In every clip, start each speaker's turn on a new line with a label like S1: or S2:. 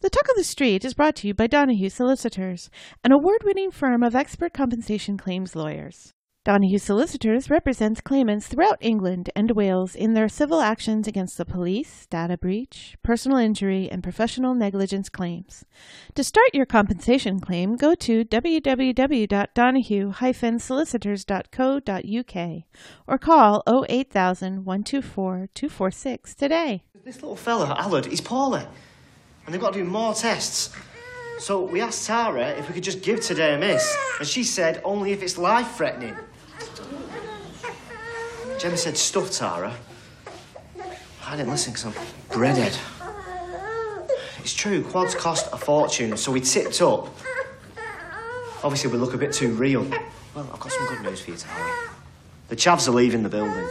S1: The Talk of the Street is brought to you by Donahue Solicitors, an award winning firm of expert compensation claims lawyers. Donahue Solicitors represents claimants throughout England and Wales in their civil actions against the police, data breach, personal injury, and professional negligence claims. To start your compensation claim, go to www.donahue-solicitors.co.uk or call 08000 124 246 today.
S2: This little fella, Allard, he's poorly. And they've got to do more tests. So we asked Tara if we could just give today a miss. And she said only if it's life threatening. Gemma said, stuff, Tara. I didn't listen because I'm breaded. It's true, quads cost a fortune, so we tipped up. Obviously, we look a bit too real. Oh, Well, I've got some good news for you, Tara. The chavs are leaving the building.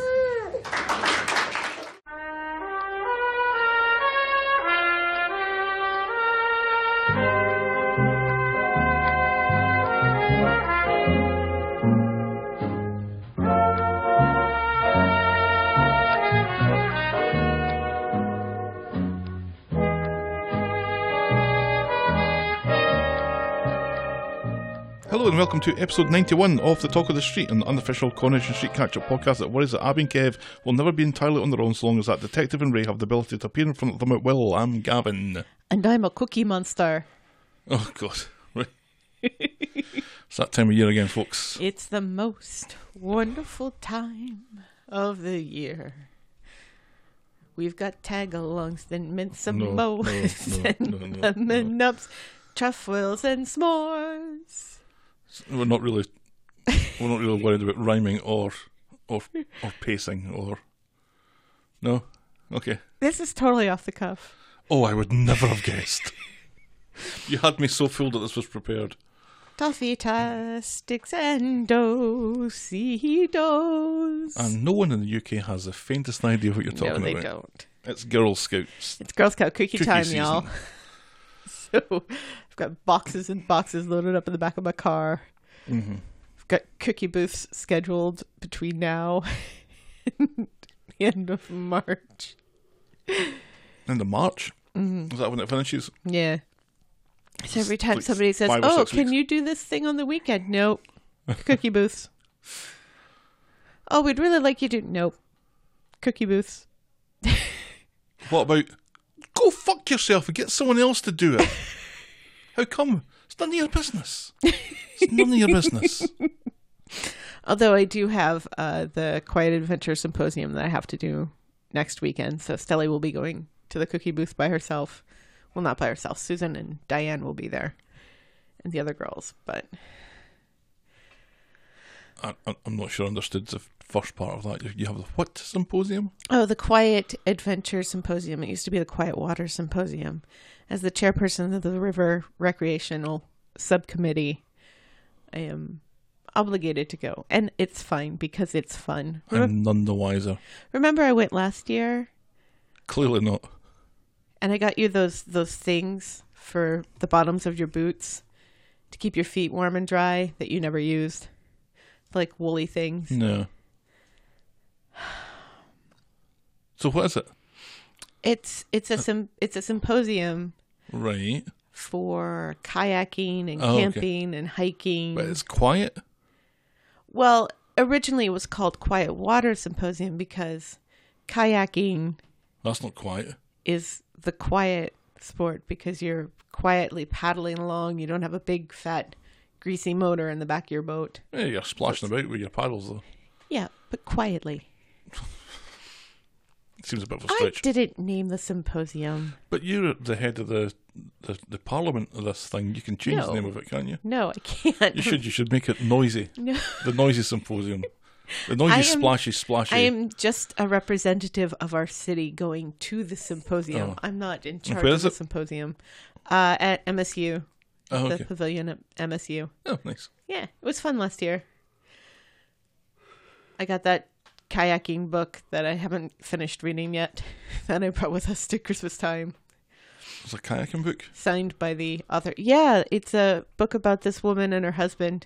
S3: Hello and welcome to episode 91 of The Talk of the Street, an unofficial Connage and Street catch-up podcast that worries that Abby and Kev will never be entirely on their own so long as that detective and Ray have the ability to appear in front of them at will. I'm Gavin.
S1: And I'm a cookie monster.
S3: Oh, God. Right. it's that time of year again, folks.
S1: It's the most wonderful time of the year. We've got tag-alongs and mince and
S3: No, no,
S1: boas
S3: no,
S1: and
S3: no, no, no.
S1: lemon ups, truffles and s'mores.
S3: We're not really we're not really worried about rhyming or or or pacing or No? Okay.
S1: This is totally off the cuff.
S3: Oh I would never have guessed. you had me so fooled that this was prepared. Mm.
S1: Toffee tastics and dosidos.
S3: And no one in the UK has the faintest idea what you're talking
S1: no, they
S3: about.
S1: don't.
S3: It's Girl Scouts.
S1: It's Girl Scout cookie,
S3: Cookie
S1: time,
S3: season.
S1: y'all. So I've got boxes and boxes loaded up in the back of my car.
S3: Mm-hmm.
S1: I've got cookie booths scheduled between now and the end of March.
S3: End of March. Is that when it finishes?
S1: Yeah. So every time
S3: like
S1: somebody says,
S3: five or
S1: "Oh,
S3: six
S1: can
S3: weeks.
S1: you do this thing on the weekend?" Nope. Cookie booths. Oh, we'd really like you to. Nope. Cookie booths.
S3: What about go fuck yourself and get someone else to do it? How come? It's none of your business. It's none of your business.
S1: Although I do have uh, the Quiet Adventure Symposium that I have to do next weekend, so Stella will be going to the cookie booth by herself. Well, not by herself. Susan and Diane will be there, and the other girls. But
S3: I, I- I'm not sure I understood the first part of that. You- You have the what symposium?
S1: oh, the Quiet Adventure Symposium. It used to be the Quiet Water Symposium. As the chairperson of the River Recreational Subcommittee, I am obligated to go, and it's fine because it's fun.
S3: I'm none the wiser.
S1: Remember, I went last year.
S3: Clearly not.
S1: and I got you those those things for the bottoms of your boots to keep your feet warm and dry that you never used, like woolly things.
S3: No. So what is it?
S1: It's it's a sym- it's a symposium
S3: Right.
S1: for kayaking and
S3: Oh, okay.
S1: camping and hiking.
S3: But it's quiet.
S1: Well, originally it was called Quiet Water Symposium because kayaking
S3: That's not quiet.
S1: is the quiet sport because you're quietly paddling along. You don't have a big fat greasy motor in the back of your boat.
S3: Yeah, you're splashing about with your paddles though.
S1: Yeah, but quietly.
S3: It seems a bit of a
S1: I
S3: stretch.
S1: didn't name the symposium.
S3: But you're the head of the the, the parliament of this thing. You can change
S1: No.
S3: the name of it, can't you?
S1: No, I can't.
S3: You should. You should make it noisy.
S1: No.
S3: The noisy symposium. The noisy
S1: I am-
S3: splashy splashy.
S1: I am just a representative of our city going to the symposium.
S3: Oh.
S1: I'm not in charge
S3: Where
S1: of
S3: is
S1: the
S3: it?
S1: symposium. Uh, at MSU,
S3: oh,
S1: the
S3: okay.
S1: pavilion at MSU.
S3: Oh, nice.
S1: Yeah, it was fun last year. I got that kayaking book that I haven't finished reading yet that I brought with us to Christmas time.
S3: It's a kayaking book.
S1: signed by the author. Yeah, it's a book about this woman and her husband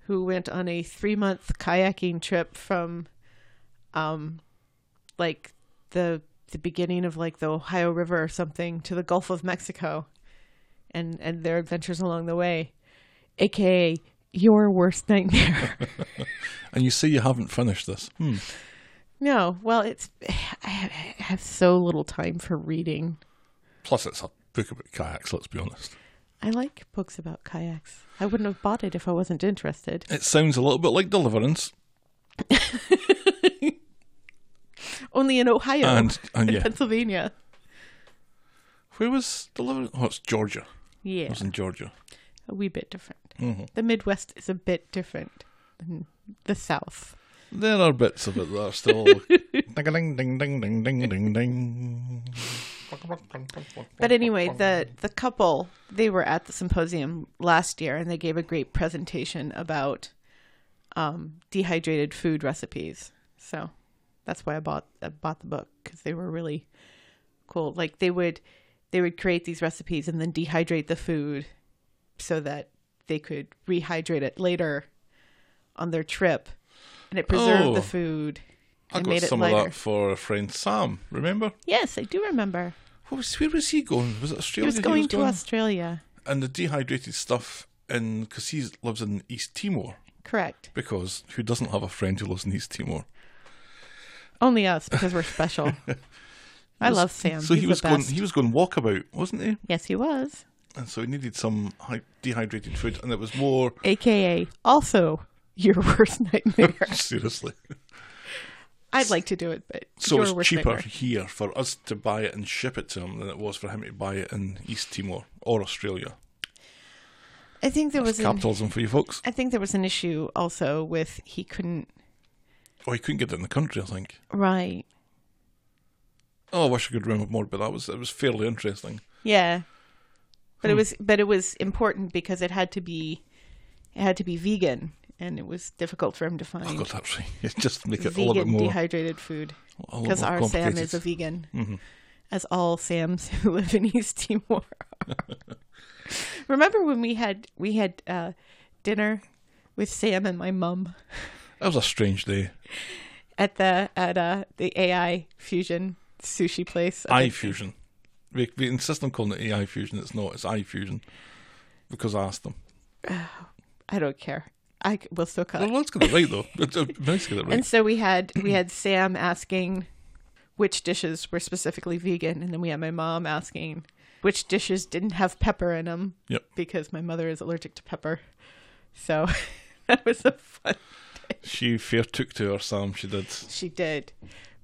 S1: who went on a three month kayaking trip from um like the the beginning of like the Ohio River or something to the Gulf of Mexico. and and their adventures along the way, aka your worst nightmare.
S3: And you say you haven't finished this. Hmm.
S1: no, well, it's I have, I have so little time for reading.
S3: Plus, it's a book about kayaks, let's be honest.
S1: I like books about kayaks. I wouldn't have bought it if I wasn't interested.
S3: It sounds a little bit like Deliverance.
S1: Only in Ohio
S3: And, and yeah,
S1: Pennsylvania.
S3: where was Deliverance? Oh, it's Georgia. It
S1: Yeah,
S3: was in Georgia.
S1: a wee bit different.
S3: Mm-hmm.
S1: The Midwest is a bit different than the South.
S3: There are bits of it that are still. ding, ding, ding, ding, ding, ding, ding, ding.
S1: But anyway, the the couple they were at the symposium last year and they gave a great presentation about um, dehydrated food recipes. So that's why I bought I bought the book because they were really cool. Like they would they would create these recipes and then dehydrate the food so that they could rehydrate it later on their trip, and it preserved
S3: Oh.
S1: the food
S3: I
S1: and
S3: got
S1: made it
S3: some
S1: lighter.
S3: of that for a friend Sam, remember?
S1: Yes, I do remember.
S3: What was, where was he going? Was it
S1: He
S3: Australia?
S1: was going to Australia.
S3: And the dehydrated stuff in. Because he lives in East Timor.
S1: Correct.
S3: Because who doesn't have a friend who lives in East Timor?
S1: Only us because we're special. I love Sam.
S3: So
S1: He's
S3: he was
S1: the
S3: going.
S1: best.
S3: He was going walkabout, wasn't he?
S1: yes, he was.
S3: And so he needed some hy- dehydrated food, and it was more
S1: AKA also your worst nightmare.
S3: seriously.
S1: I'd like to do it, but
S3: So
S1: your
S3: it was
S1: worst
S3: cheaper
S1: nightmare.
S3: here for us to buy it and ship it to him than it was for him to buy it in East Timor or Australia.
S1: I think there was. An,
S3: Capitalism for you folks.
S1: I think there was an issue also with he couldn't.
S3: Oh, he couldn't get it in the country, I think.
S1: Right.
S3: Oh, I wish I could remember more, but that was it was fairly interesting.
S1: Yeah. But it
S3: Hmm.
S1: was. But it was important because it had to be. It had to be vegan, and it was difficult for him to find
S3: Oh God, that's right. It just make it a little bit
S1: vegan
S3: more.
S1: dehydrated food.
S3: a lot
S1: because
S3: more
S1: our Sam is a
S3: complicated. Mm-hmm.
S1: vegan, as all Sams who live in East Timor are. Remember when we had we had uh, dinner with Sam and my mum
S3: That was a strange day.
S1: at the at uh, the AI fusion sushi place? up
S3: I
S1: in-
S3: fusion. We, we insist on calling it AI fusion. It's not. It's I fusion because I asked them.
S1: I don't care. I c- will still cut.
S3: Well, let's get it right though. It's, uh, Let's get it right.
S1: And so we had we had Sam asking which dishes were specifically vegan, and then we had my mom asking which dishes didn't have pepper in them.
S3: Yep.
S1: because my mother is allergic to pepper. So that was a fun.
S3: She fair took to her Sam. She did.
S1: She did,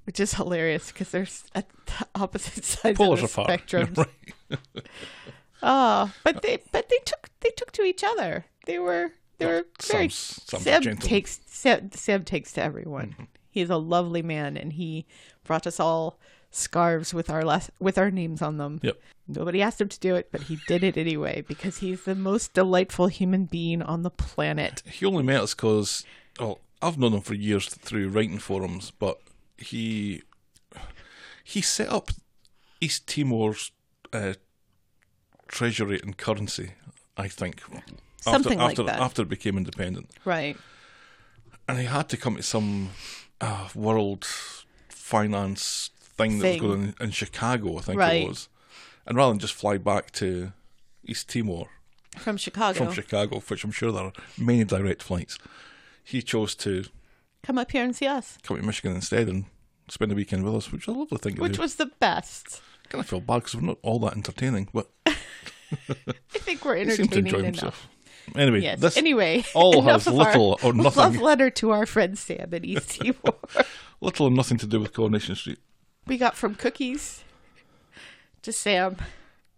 S1: which is hilarious because they're s- at the opposite sides
S3: Polars
S1: of the
S3: apart.
S1: spectrum.
S3: Yeah, right.
S1: Oh, but they but they took they took to each other. They were they were very.
S3: Sam's, Sam's a
S1: Sam
S3: gentleman.
S1: takes Sam, Sam takes to everyone.
S3: Mm-hmm.
S1: He's a lovely man, and he brought us all scarves with our last with our names on them.
S3: Yep.
S1: Nobody asked him to do it, but he did it anyway because he's the most delightful human being on the planet.
S3: He only met us because, well, oh, I've known him for years through writing forums, but he he set up East Timor's uh, treasury and currency. I think
S1: Something
S3: after,
S1: like that.
S3: after, After it became independent,
S1: Right.
S3: and he had to come to some uh, world finance thing, that was
S1: Thing.
S3: going on in Chicago, I think
S1: Right.
S3: it was. And rather than just fly back to East Timor
S1: From Chicago.
S3: from Chicago, which I'm sure there are many direct flights, he chose to
S1: Come up here and see us,
S3: come to Michigan instead and spend a weekend with us, which is a lovely thing to
S1: which
S3: do.
S1: was the best.
S3: I kind of feel bad because we're not all that entertaining, but
S1: I think we're
S3: he seemed to
S1: entertaining
S3: enjoy
S1: enough.
S3: himself. Anyway,
S1: Yes.
S3: this
S1: anyway,
S3: all
S1: enough
S3: has
S1: of our
S3: little or
S1: Love
S3: nothing,
S1: letter to our friend Sam in East Timor.
S3: little or nothing to do with Coronation Street.
S1: we got from cookies to Sam,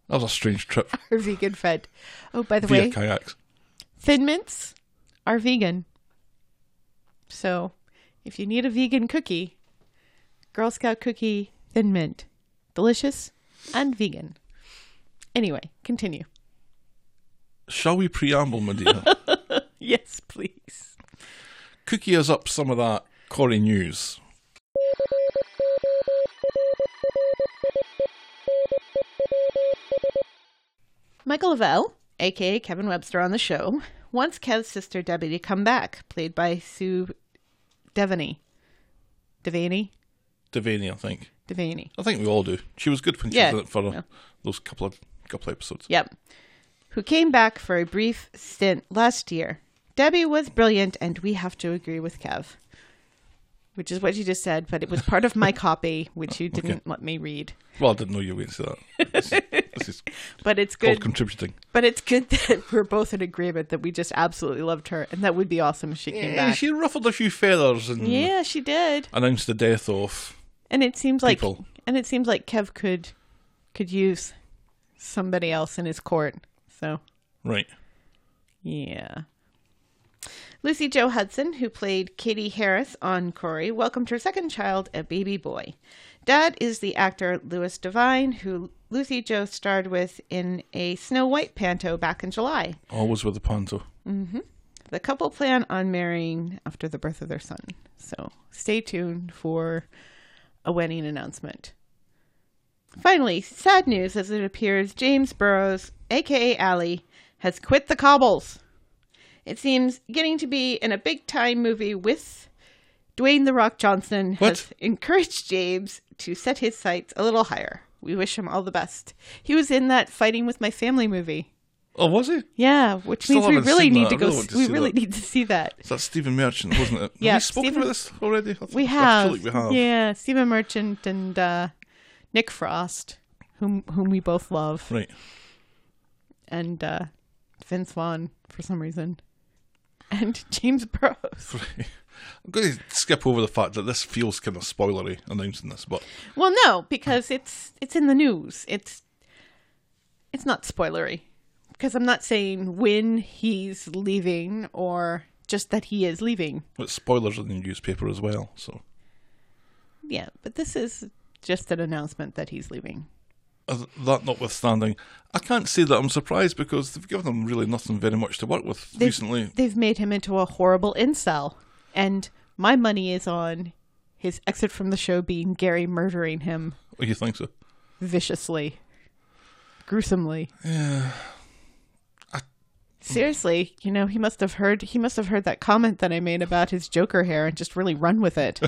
S3: That was a strange trip
S1: our vegan friend. Oh, by the
S3: via
S1: way,
S3: kayaks.
S1: Thin Mints are vegan. So, if you need a vegan cookie, Girl Scout cookie, Thin Mint, delicious and vegan. Anyway, continue.
S3: Shall we preamble, my dear?
S1: Yes, please.
S3: Cookie us up some of that Corey news.
S1: Michael Lavelle, aka Kevin Webster on the show, wants Kev's sister Debbie to come back, played by Sue Devaney. Devaney?
S3: Devaney, I think.
S1: Devaney.
S3: I think we all do. She was good when she
S1: Yeah,
S3: did it for uh,
S1: well.
S3: those couple of couple of episodes.
S1: Yep. who came back for a brief stint last year. Debbie was brilliant, and we have to agree with Kev, which is what you just said, but it was part of my copy, which you didn't let me read.
S3: Well, I didn't know you were going to say that. This is, this is
S1: But it's
S3: called
S1: good.
S3: contributing.
S1: but it's good that we're both in agreement that we just absolutely loved her, and that would be awesome if she came
S3: Yeah,
S1: back.
S3: Eh, she ruffled a few feathers and
S1: yeah, she did.
S3: announced the death of.
S1: And it seems like
S3: People.
S1: and it seems like Kev could could use somebody else in his court. So
S3: Right.
S1: yeah. Lucy Jo Hudson, who played Katie Harris on Corey, welcomed her second child, a baby boy. Dad is the actor Louis Devine, who Lucy Jo starred with in a Snow White panto back in July.
S3: Always with the panto.
S1: The couple plan on marrying after the birth of their son. So stay tuned for a wedding announcement. Finally, sad news as it appears James Burrows, aka Ally, has quit the cobbles. It seems getting to be in a big time movie with Dwayne The Rock Johnson has
S3: What?
S1: encouraged James to set his sights a little higher. We wish him all the best. He was in that Fighting with My Family movie.
S3: Oh, was he?
S1: Yeah, which
S3: Still
S1: means we
S3: haven't
S1: really
S3: seen
S1: need
S3: that.
S1: to
S3: I
S1: go.
S3: really want
S1: s-
S3: to
S1: we
S3: see
S1: really
S3: that.
S1: need to see that.
S3: That's Stephen Merchant, wasn't it?
S1: Yeah,
S3: Have we spoken
S1: Stephen-
S3: about this already? I th-
S1: We
S3: I
S1: have,
S3: feel like we have.
S1: yeah, Stephen Merchant and uh, Nick Frost, whom whom we both love,
S3: Right.
S1: and uh, Vince Vaughn for some reason, and James Burrows.
S3: I'm going to skip over the fact that this feels kind of spoilery announcing this, but
S1: well, no, because it's it's in the news. It's it's not spoilery because I'm not saying when he's leaving or just that he is leaving.
S3: it's spoilers in the newspaper as well. So
S1: Yeah, but this is just an announcement that he's leaving.
S3: Uh, that notwithstanding, I can't say that I'm surprised because they've given them really nothing very much to work with
S1: They've-
S3: recently.
S1: They've made him into a horrible incel. And my money is on his exit from the show being Gary murdering him
S3: Oh, you think so?
S1: viciously, gruesomely. Yeah. Seriously, you know, he must have heard he must have heard that comment that I made about his Joker hair and just really run with it.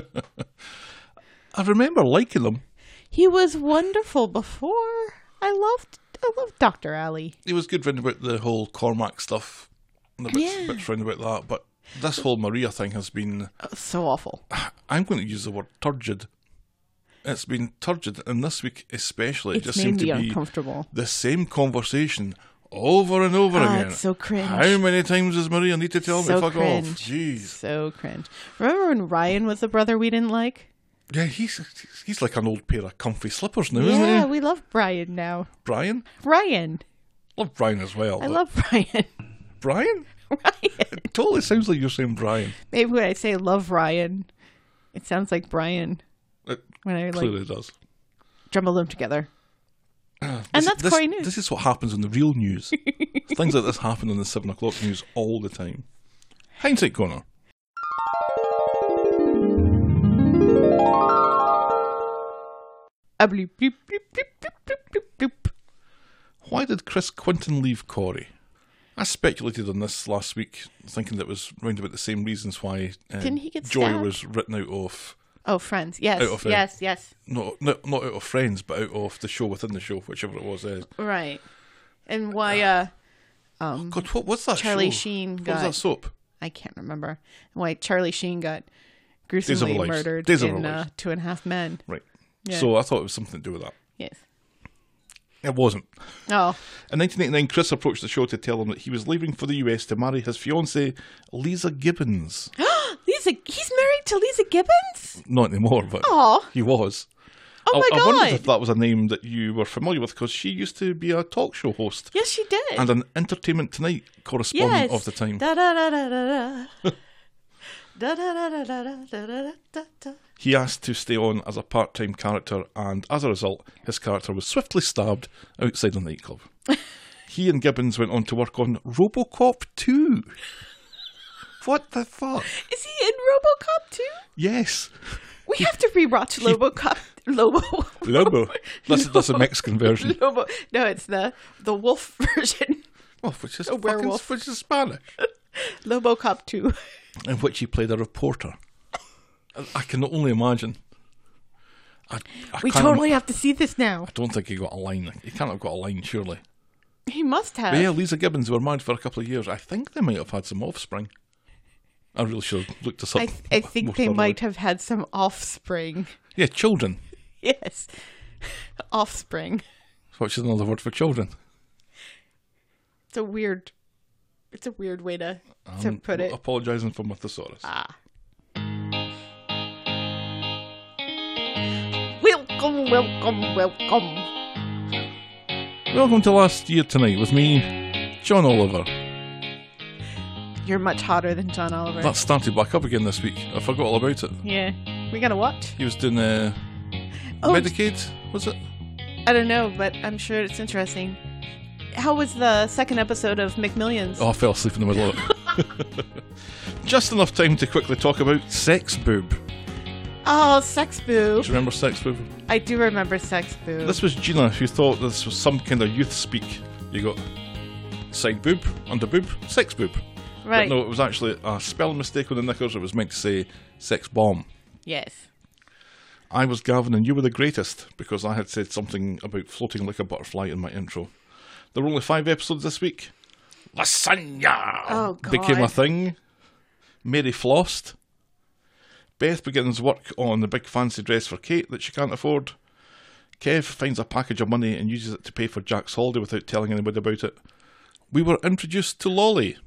S3: I remember liking them.
S1: he was wonderful before. I loved I loved Dr. Alley.
S3: He was good round about the whole Cormac stuff and the bits,
S1: Yeah.
S3: bits round about that, but this whole Maria thing has been,
S1: So awful.
S3: I'm going to use the word turgid. It's been turgid, and this week especially,
S1: It's
S3: it just
S1: made
S3: seemed
S1: me
S3: to be
S1: uncomfortable.
S3: the same conversation over and over
S1: Ah,
S3: again.
S1: it's so cringe.
S3: How many times does Maria need to tell me? Fuck
S1: cringe.
S3: off. Jeez.
S1: So cringe. Remember when Ryan was the brother we didn't like?
S3: Yeah, he's he's like an old pair of comfy slippers now,
S1: yeah,
S3: isn't he?
S1: we love Brian now.
S3: Brian,
S1: Ryan.
S3: love Brian as well.
S1: I
S3: but-
S1: love Brian.
S3: Brian.
S1: Ryan.
S3: It totally sounds like you're saying Brian.
S1: Maybe when I say love Ryan, it sounds like Brian
S3: It
S1: when I like
S3: clearly does.
S1: jumble them together.
S3: This-
S1: and that's
S3: this,
S1: Corey News.
S3: This is what happens in the real news. Things like this happen in the seven o'clock news all the time. Hindsight corner.
S1: A bloop, bloop, bloop, bloop, bloop, bloop, bloop.
S3: Why did Chris Quinton leave Corey? I speculated on this last week, thinking that it was round about the same reasons why uh,
S1: Didn't he get
S3: Joy
S1: stabbed?
S3: was written out of
S1: Oh, friends.
S3: Out
S1: Yes.
S3: of it.
S1: Yes, yes.
S3: not, not not out of Friends, but out of the show within the show, whichever it was. Uh,
S1: Right. And
S3: Ah.
S1: why uh
S3: God, what was that?
S1: Mm. Charlie
S3: show?
S1: Sheen
S3: What
S1: got-
S3: was that soap?
S1: I can't remember why Charlie Sheen got
S3: of Our
S1: gruesomely
S3: Lives.
S1: murdered
S3: Days of Our
S1: in uh,
S3: Lives.
S1: Two and a Half Men.
S3: Right.
S1: Yeah.
S3: So I thought it was something to do with that.
S1: Yes.
S3: It wasn't.
S1: Oh,
S3: In 1989, Chris approached the show to tell him that he was leaving for the US to marry his fiancée, Lisa Gibbons.
S1: Lisa, he's married to Lisa Gibbons?
S3: Not anymore, but
S1: Aw.
S3: he was.
S1: Oh
S3: I,
S1: my
S3: I wondered if
S1: God.
S3: that was a name that you were familiar with because she used to be a talk show host
S1: Yes, she did.
S3: and an Entertainment Tonight
S1: yes.
S3: correspondent of the time.
S1: Da da da da da da. Da da da da da da da da da da.
S3: He asked to stay on as a part time character, and as a result, his character was swiftly stabbed outside a nightclub. he and Gibbons went on to work on Robocop 2. What the fuck?
S1: Is he in RoboCop too?
S3: Yes.
S1: We have to rewatch RoboCop. Lobo.
S3: Lobo. That's, that's a Mexican version.
S1: Lobo. No, it's the the wolf version.
S3: Oh, which is
S1: A
S3: fucking-
S1: werewolf.
S3: which is Spanish.
S1: RoboCop two.
S3: In which he played a reporter. I, I can only imagine. I, I
S1: We
S3: can't-
S1: totally have to see this now.
S3: I don't think he got a line. He can't have got a line, surely.
S1: He must have.
S3: But yeah, Lisa Gibbons were married for a couple of years. I think they might have had some offspring. I really should have looked this up.
S1: I, th- I think
S3: more
S1: they
S3: thoroughly.
S1: might have had some offspring.
S3: Yeah, children,
S1: Yes. offspring.
S3: which is another word for children.
S1: It's a weird it's a weird way to to
S3: Um,
S1: put it. Ah.
S3: Apologising for my thesaurus.
S1: Welcome, welcome, welcome.
S3: Welcome to Last Year Tonight with me, John Oliver.
S1: You're much hotter than John Oliver.
S3: That started back up again this week. I forgot all about it.
S1: yeah. We gotta watch.
S3: He was doing uh,
S1: Oh,
S3: Medicaid, was it?
S1: I don't know, but I'm sure it's interesting. How was the second episode of McMillions?
S3: Oh, I fell asleep in the middle of it. Just enough time to quickly talk about Sex Boob. Do
S1: Oh, Sex Boo.
S3: you remember Sex Boob?
S1: I do remember Sex Boo.
S3: This was Gina who thought this was some kind of youth speak. You got side boob, under boob, sex boob.
S1: right.
S3: But no, it was actually a spelling mistake on the knickers. It was meant to say sex bomb.
S1: Yes.
S3: I was Gavin and you were the greatest because I had said something about floating like a butterfly in my intro. There were only five episodes this week. Lasagna
S1: Oh, God.
S3: became a thing. Mary flossed. Beth begins work on the big fancy dress for Kate that she can't afford. Kev finds a package of money and uses it to pay for Jack's holiday without telling anybody about it. We were introduced to Lolly.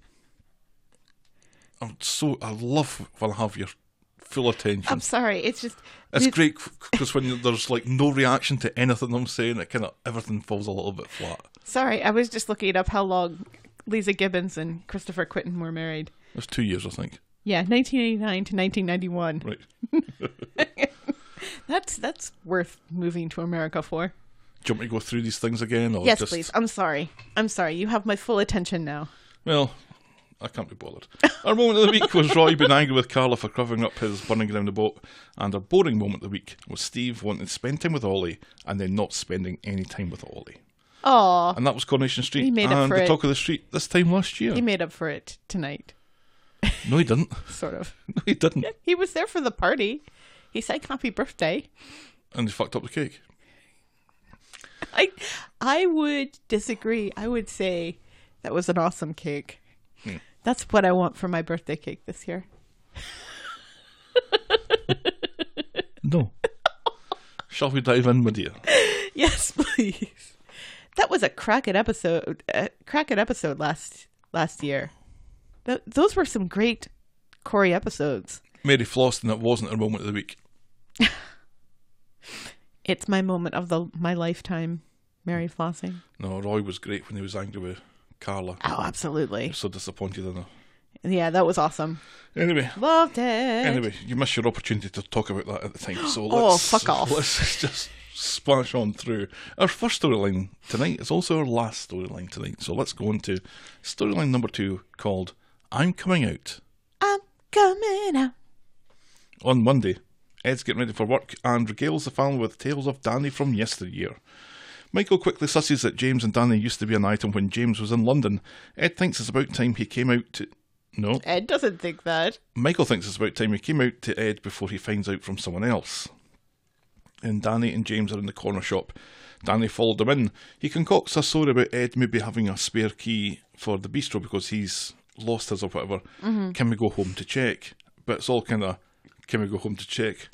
S1: Oh.
S3: I'm so I love when I have your full attention.
S1: I'm sorry. It's just
S3: It's
S1: Did-
S3: great because when you- there's like no reaction to anything I'm saying, it kind of everything falls a little bit flat.
S1: Sorry, I was just looking up how long Lisa Gibbons and Christopher Quinton were married.
S3: It was two years, I think.
S1: Yeah, 1989 to 1991.
S3: Right.
S1: That's that's worth moving to America for.
S3: Do you want me to go through these things again? Or
S1: yes,
S3: just,
S1: please. I'm sorry. I'm sorry. You have my full attention now.
S3: Well, I can't be bothered. Our moment of the week was Roy being angry with Carla for covering up his burning down the boat, and our boring moment of the week was Steve wanting to spend time with Ollie and then not spending any time with Ollie.
S1: Oh,
S3: And that was Coronation Street
S1: He made up
S3: and
S1: for
S3: the
S1: it.
S3: talk of the street this time last year.
S1: he made up for it tonight,
S3: no, he didn't.
S1: sort of.
S3: No, he didn't.
S1: He was there for the party. He sang happy birthday.
S3: And he fucked up the cake.
S1: I I would disagree. I would say that was an awesome cake. Hmm. That's what I want for my birthday cake this year.
S3: No. Shall we dive in, my dear?
S1: Yes, please. That was a cracking episode. A cracking episode last last year. Th- those were some great Corey episodes.
S3: Mary Floss, and it wasn't her moment of the week.
S1: It's my moment of the my lifetime, Mary Flossing.
S3: No, Roy was great when he was angry with Carla.
S1: Oh, absolutely.
S3: So disappointed in her.
S1: Yeah, that was awesome.
S3: Anyway,
S1: Loved it.
S3: anyway, you missed your opportunity to talk about that at the time. So
S1: Oh,
S3: let's,
S1: fuck off.
S3: Let's just splash on through. Our first storyline tonight is also our last storyline tonight. So let's go on to storyline number two called "I'm Coming Out."
S1: I'm coming out.
S3: On Monday, Ed's getting ready for work and regales the family with tales of Danny from yesteryear. Michael quickly susses that James and Danny used to be an item when James was in London. Ed thinks it's about time he came out to. No.
S1: Ed doesn't think that.
S3: Michael thinks it's about time he came out to Ed before he finds out from someone else. And Danny and James are in the corner shop. Danny followed him in. He concocts a story about Ed maybe having a spare key for the bistro because he's lost his or whatever. Can we go home to check? But it's all kind of, can we go home to check?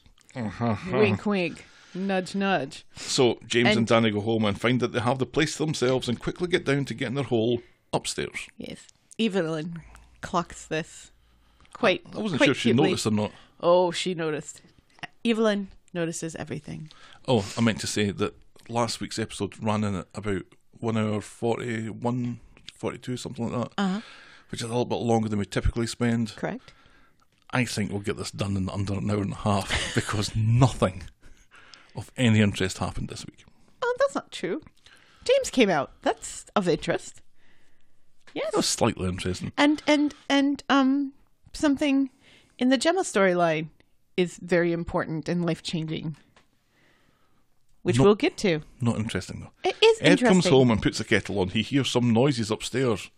S1: Wink, wink. Nudge, nudge.
S3: So James and,
S1: And-
S3: Danny go home and find that they have the place to themselves and quickly get down to getting their hole upstairs.
S1: Yes. Evelyn clocks this quite.
S3: I wasn't
S1: quite
S3: sure if she
S1: cutely.
S3: noticed or not.
S1: Oh, she noticed. Evelyn notices everything.
S3: Oh, I meant to say that last week's episode ran in at about 1 hour 41, 42, something like that,
S1: Uh-huh.
S3: which is a little bit longer than we typically spend.
S1: Correct.
S3: I think we'll get this done in under an hour and a half because nothing of any interest happened this week.
S1: Oh, that's not true. James came out. That's of interest. Yes.
S3: It was slightly interesting.
S1: And and and um something in the Gemma storyline is very important and life changing. Which
S3: No.
S1: we'll get to.
S3: Not interesting, though.
S1: It is
S3: Ed
S1: interesting.
S3: comes home and puts the kettle on. He hears some noises upstairs.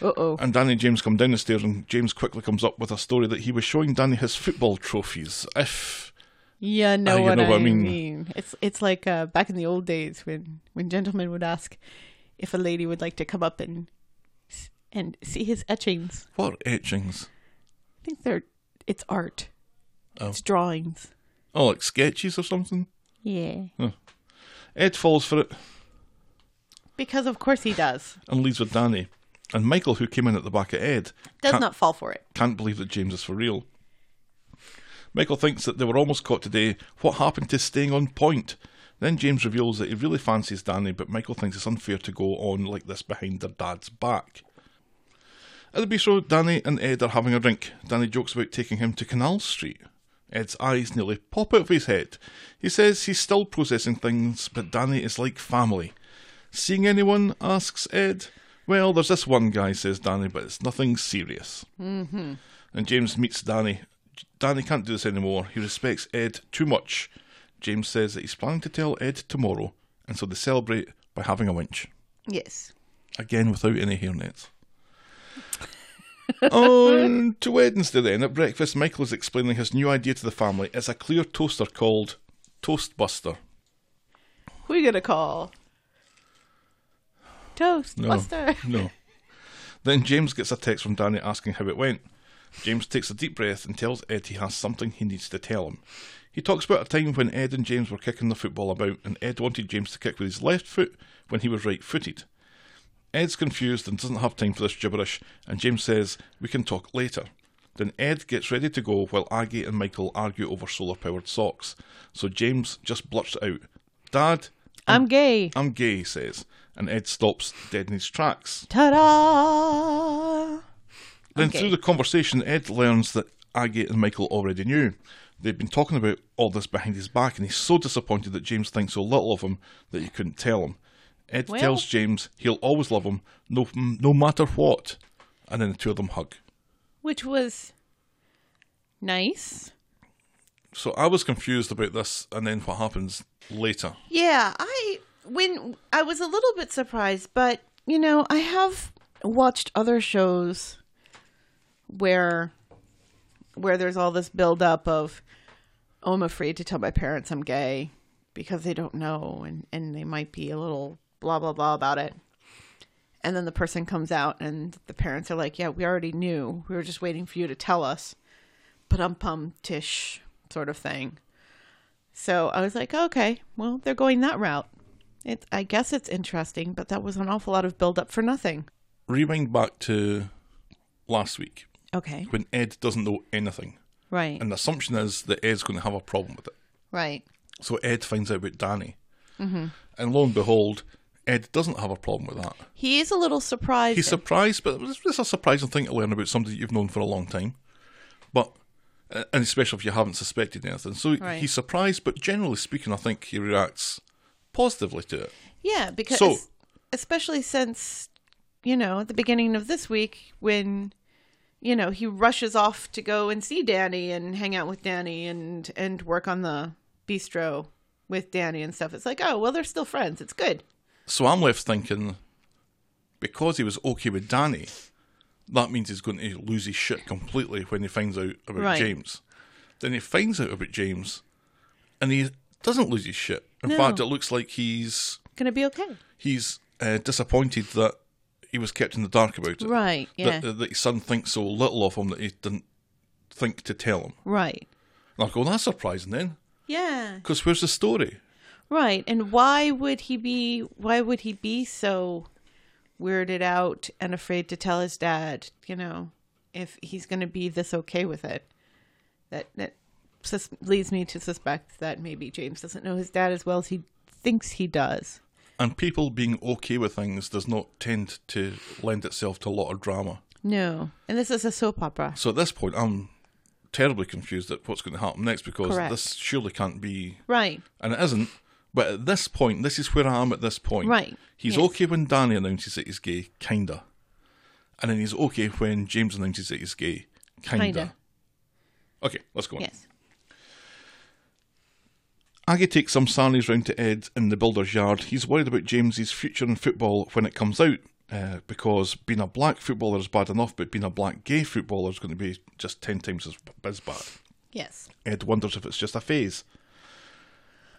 S1: Uh oh.
S3: And Danny and James come down the stairs, and James quickly comes up with a story that he was showing Danny his football trophies. If
S1: Yeah, know,
S3: Oh, you
S1: what,
S3: know
S1: I
S3: what I mean.
S1: mean. It's it's like uh, back in the old days when when gentlemen would ask, if a lady would like to come up and and see his etchings.
S3: What are etchings?
S1: I think they're it's art.
S3: Oh.
S1: It's drawings.
S3: Oh, like sketches or something?
S1: Yeah.
S3: Ed falls for it
S1: Because of course he does.
S3: and leaves with Danny. And Michael, who came in at the back of Ed,
S1: Does
S3: can't-
S1: not fall for it.
S3: can't believe that James is for real. Michael thinks that they were almost caught today. What happened to staying on point? Then James reveals that he really fancies Danny, but Michael thinks it's unfair to go on like this behind their dad's back. At the bistro, Danny and Ed are having a drink. Danny jokes about taking him to Canal Street. Ed's eyes nearly pop out of his head. He says he's still processing things, but Danny is like family. Seeing anyone? asks Ed. Well, there's this one guy, says Danny, but it's nothing serious and James meets Danny. Danny can't do this anymore. He respects Ed too much. James says that he's planning to tell Ed tomorrow, and so they celebrate by having a winch.
S1: Yes.
S3: Again, without any hairnets. On to Wednesday, then. At breakfast, Michael is explaining his new idea to the family. It's a clear toaster called Toastbuster.
S1: Who are you gonna call? Toast
S3: No.
S1: Buster.
S3: No. Then James gets a text from Danny asking how it went. James takes a deep breath and tells Ed he has something he needs to tell him. He talks about a time when Ed and James were kicking the football about, and Ed wanted James to kick with his left foot when he was right footed. Ed's confused and doesn't have time for this gibberish, and James says, We can talk later. Then Ed gets ready to go while Aggie and Michael argue over solar powered socks, so James just blurts it out Dad,
S1: I'm gay.
S3: I'm gay, he says, and Ed stops dead in his tracks.
S1: Ta da!
S3: Then
S1: Okay.
S3: through the conversation, Ed learns that Agate and Michael already knew. They've been talking about all this behind his back, and he's so disappointed that James thinks so little of him that he couldn't tell him. Ed
S1: Well-
S3: tells James he'll always love him, no, no matter what. And then the two of them hug.
S1: Which was nice.
S3: So I was confused about this, and then what happens later?
S1: Yeah, I when I was a little bit surprised, but you know, I have watched other shows where where there's all this build up of oh, I'm afraid to tell my parents I'm gay because they don't know and and they might be a little blah blah blah about it. And then the person comes out and the parents are like, "Yeah, we already knew. We were just waiting for you to tell us." But um pum tish sort of thing. So I was like, okay, well, they're going that route. It, I guess it's interesting, but that was an awful lot of build up for nothing.
S3: Rewind back to last week
S1: Okay.
S3: when Ed doesn't know anything,
S1: Right.
S3: and the assumption is that Ed's going to have a problem with it.
S1: right.
S3: So Ed finds out about Danny. And lo and behold, Ed doesn't have a problem with that.
S1: He is a little surprised.
S3: He's surprised, but it's it's a surprising thing to learn about somebody you've known for a long time. But, uh, and especially if you haven't suspected anything. So
S1: Right.
S3: he's surprised, but generally speaking, I think he reacts positively to it.
S1: yeah, because
S3: So-
S1: especially since, you know, at the beginning of this week when, you know, he rushes off to go and see Danny and hang out with Danny and, and work on the bistro with Danny and stuff. It's like, oh, well, they're still friends. It's good.
S3: So I'm left thinking, because he was okay with Danny, that means he's going to lose his shit completely when he finds out about
S1: Right.
S3: James. Then he finds out about James, and he doesn't lose his shit. In
S1: No.
S3: fact, it looks like he's
S1: Going to be okay.
S3: he's uh, disappointed that he was kept in the dark about it.
S1: Right. Yeah.
S3: That, that his son thinks so little of him that he didn't think to tell him.
S1: right.
S3: And I go, that's surprising then,
S1: Yeah.
S3: because where's the story?
S1: Right. And why would he be why would he be so weirded out and afraid to tell his dad, you know, if he's going to be this okay with it? That that sus- leads me to suspect that maybe James doesn't know his dad as well as he thinks he does.
S3: And people being okay with things does not tend to lend itself to a lot of drama.
S1: No. And this is a soap opera.
S3: So at this point, I'm terribly confused at what's going to happen next because
S1: Correct.
S3: this surely can't be,
S1: Right.
S3: and it isn't. But at this point, this is where I am at this point.
S1: Right,
S3: He's
S1: yes.
S3: okay when Danny announces that he's gay, kinda. And then he's okay when James announces that he's gay, kinda.
S1: Kinda.
S3: Okay, let's go on.
S1: Yes.
S3: Aggie takes some sarnies round to Ed in the builder's yard. He's worried about James's future in football when it comes out, uh, because being a black footballer is bad enough, but being a black gay footballer is going to be just 10 times as, as bad.
S1: Yes.
S3: Ed wonders if it's just a phase.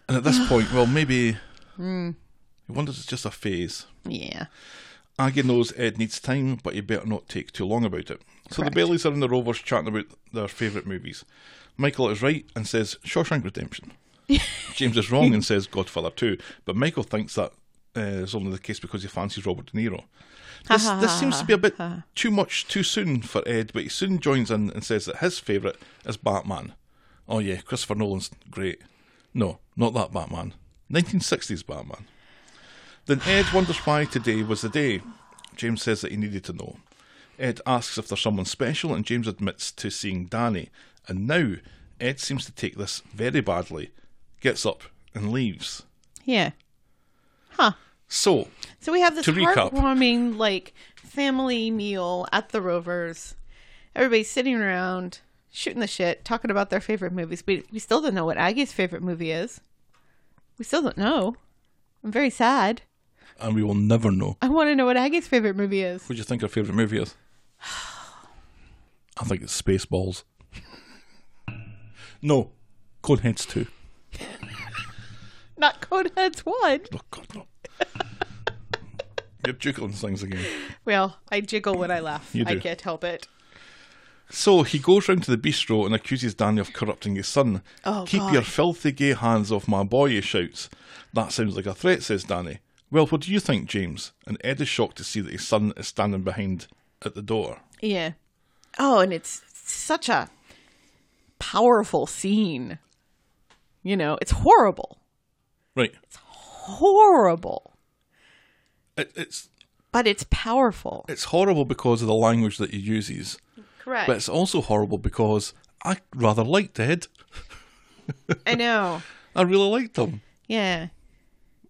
S3: And at this point, well, maybe He wonders if it's just a phase.
S1: Yeah.
S3: Aggie knows Ed needs time, but he better not take too long about it. So
S1: Correct.
S3: the Baileys are in the Rovers chatting about their favourite movies. Michael is right and says Shawshank Redemption. James is wrong and says Godfather 2, but Michael thinks that uh, is only the case because he fancies Robert De Niro. This, this seems to be a bit too much too soon for Ed, but he soon joins in and says that his favourite is Batman. Oh, yeah, Christopher Nolan's great. No, not that Batman. 1960s Batman. Then Ed wonders why today was the day. James says that he needed to know. Ed asks if there's someone special, and James admits to seeing Danny. And now, Ed seems to take this very badly, gets up, and leaves.
S1: Yeah. Huh.
S3: So,
S1: So we have this
S3: To recap.
S1: heartwarming like family meal at the Rovers. Everybody's sitting around shooting the shit, talking about their favorite movies. We we still don't know what Aggie's favorite movie is. We still don't know. I'm very sad.
S3: and we will never know.
S1: I want to know what Aggie's favorite movie is.
S3: What do you think our favourite movie is? I think it's Spaceballs. no, Codeheads 2.
S1: Not Codeheads one.
S3: Oh, God, no. You're juggling things again.
S1: Well, I jiggle when I laugh.
S3: You
S1: I
S3: do.
S1: can't help it.
S3: So he goes round to the bistro and accuses Danny of corrupting his son.
S1: Oh,
S3: Keep
S1: God.
S3: your filthy gay hands off my boy, he shouts. That sounds like a threat, says Danny. Well, what do you think, James? And Ed is shocked to see that his son is standing behind at the door.
S1: Yeah. Oh, and it's such a powerful scene. You know, it's horrible.
S3: Right.
S1: Horrible.
S3: It, it's
S1: but it's powerful.
S3: it's horrible because of the language that he uses,
S1: Correct.
S3: but it's also horrible because I rather liked Ed.
S1: I know.
S3: I really liked him.
S1: Yeah,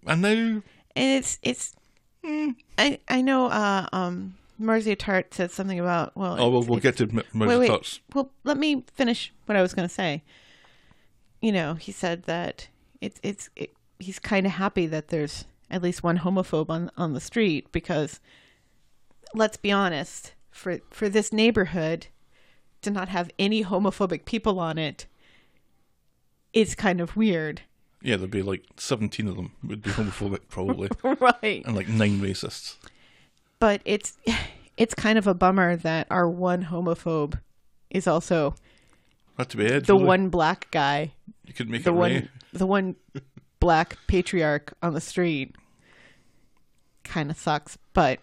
S3: And now
S1: and it's it's. mm, I I know. Uh, um, Marzia Tart said something about well.
S3: oh, we'll,
S1: it's-
S3: we'll
S1: it's-
S3: get to
S1: wait,
S3: Mr.
S1: wait.
S3: Tuts.
S1: Well, let me finish what I was going to say. You know, he said that it's it's it, he's kind of happy that there's at least one homophobe on on the street because let's be honest, for for this neighborhood to not have any homophobic people on it is kind of weird.
S3: Yeah, there'd be like seventeen of them would be homophobic probably,
S1: right.
S3: and like nine racists.
S1: But it's it's kind of a bummer that our one homophobe is also
S3: Had to be Ed.
S1: the
S3: really.
S1: one black guy
S3: you could make
S1: the
S3: it
S1: one
S3: Ray.
S1: the one black patriarch on the street kind of sucks but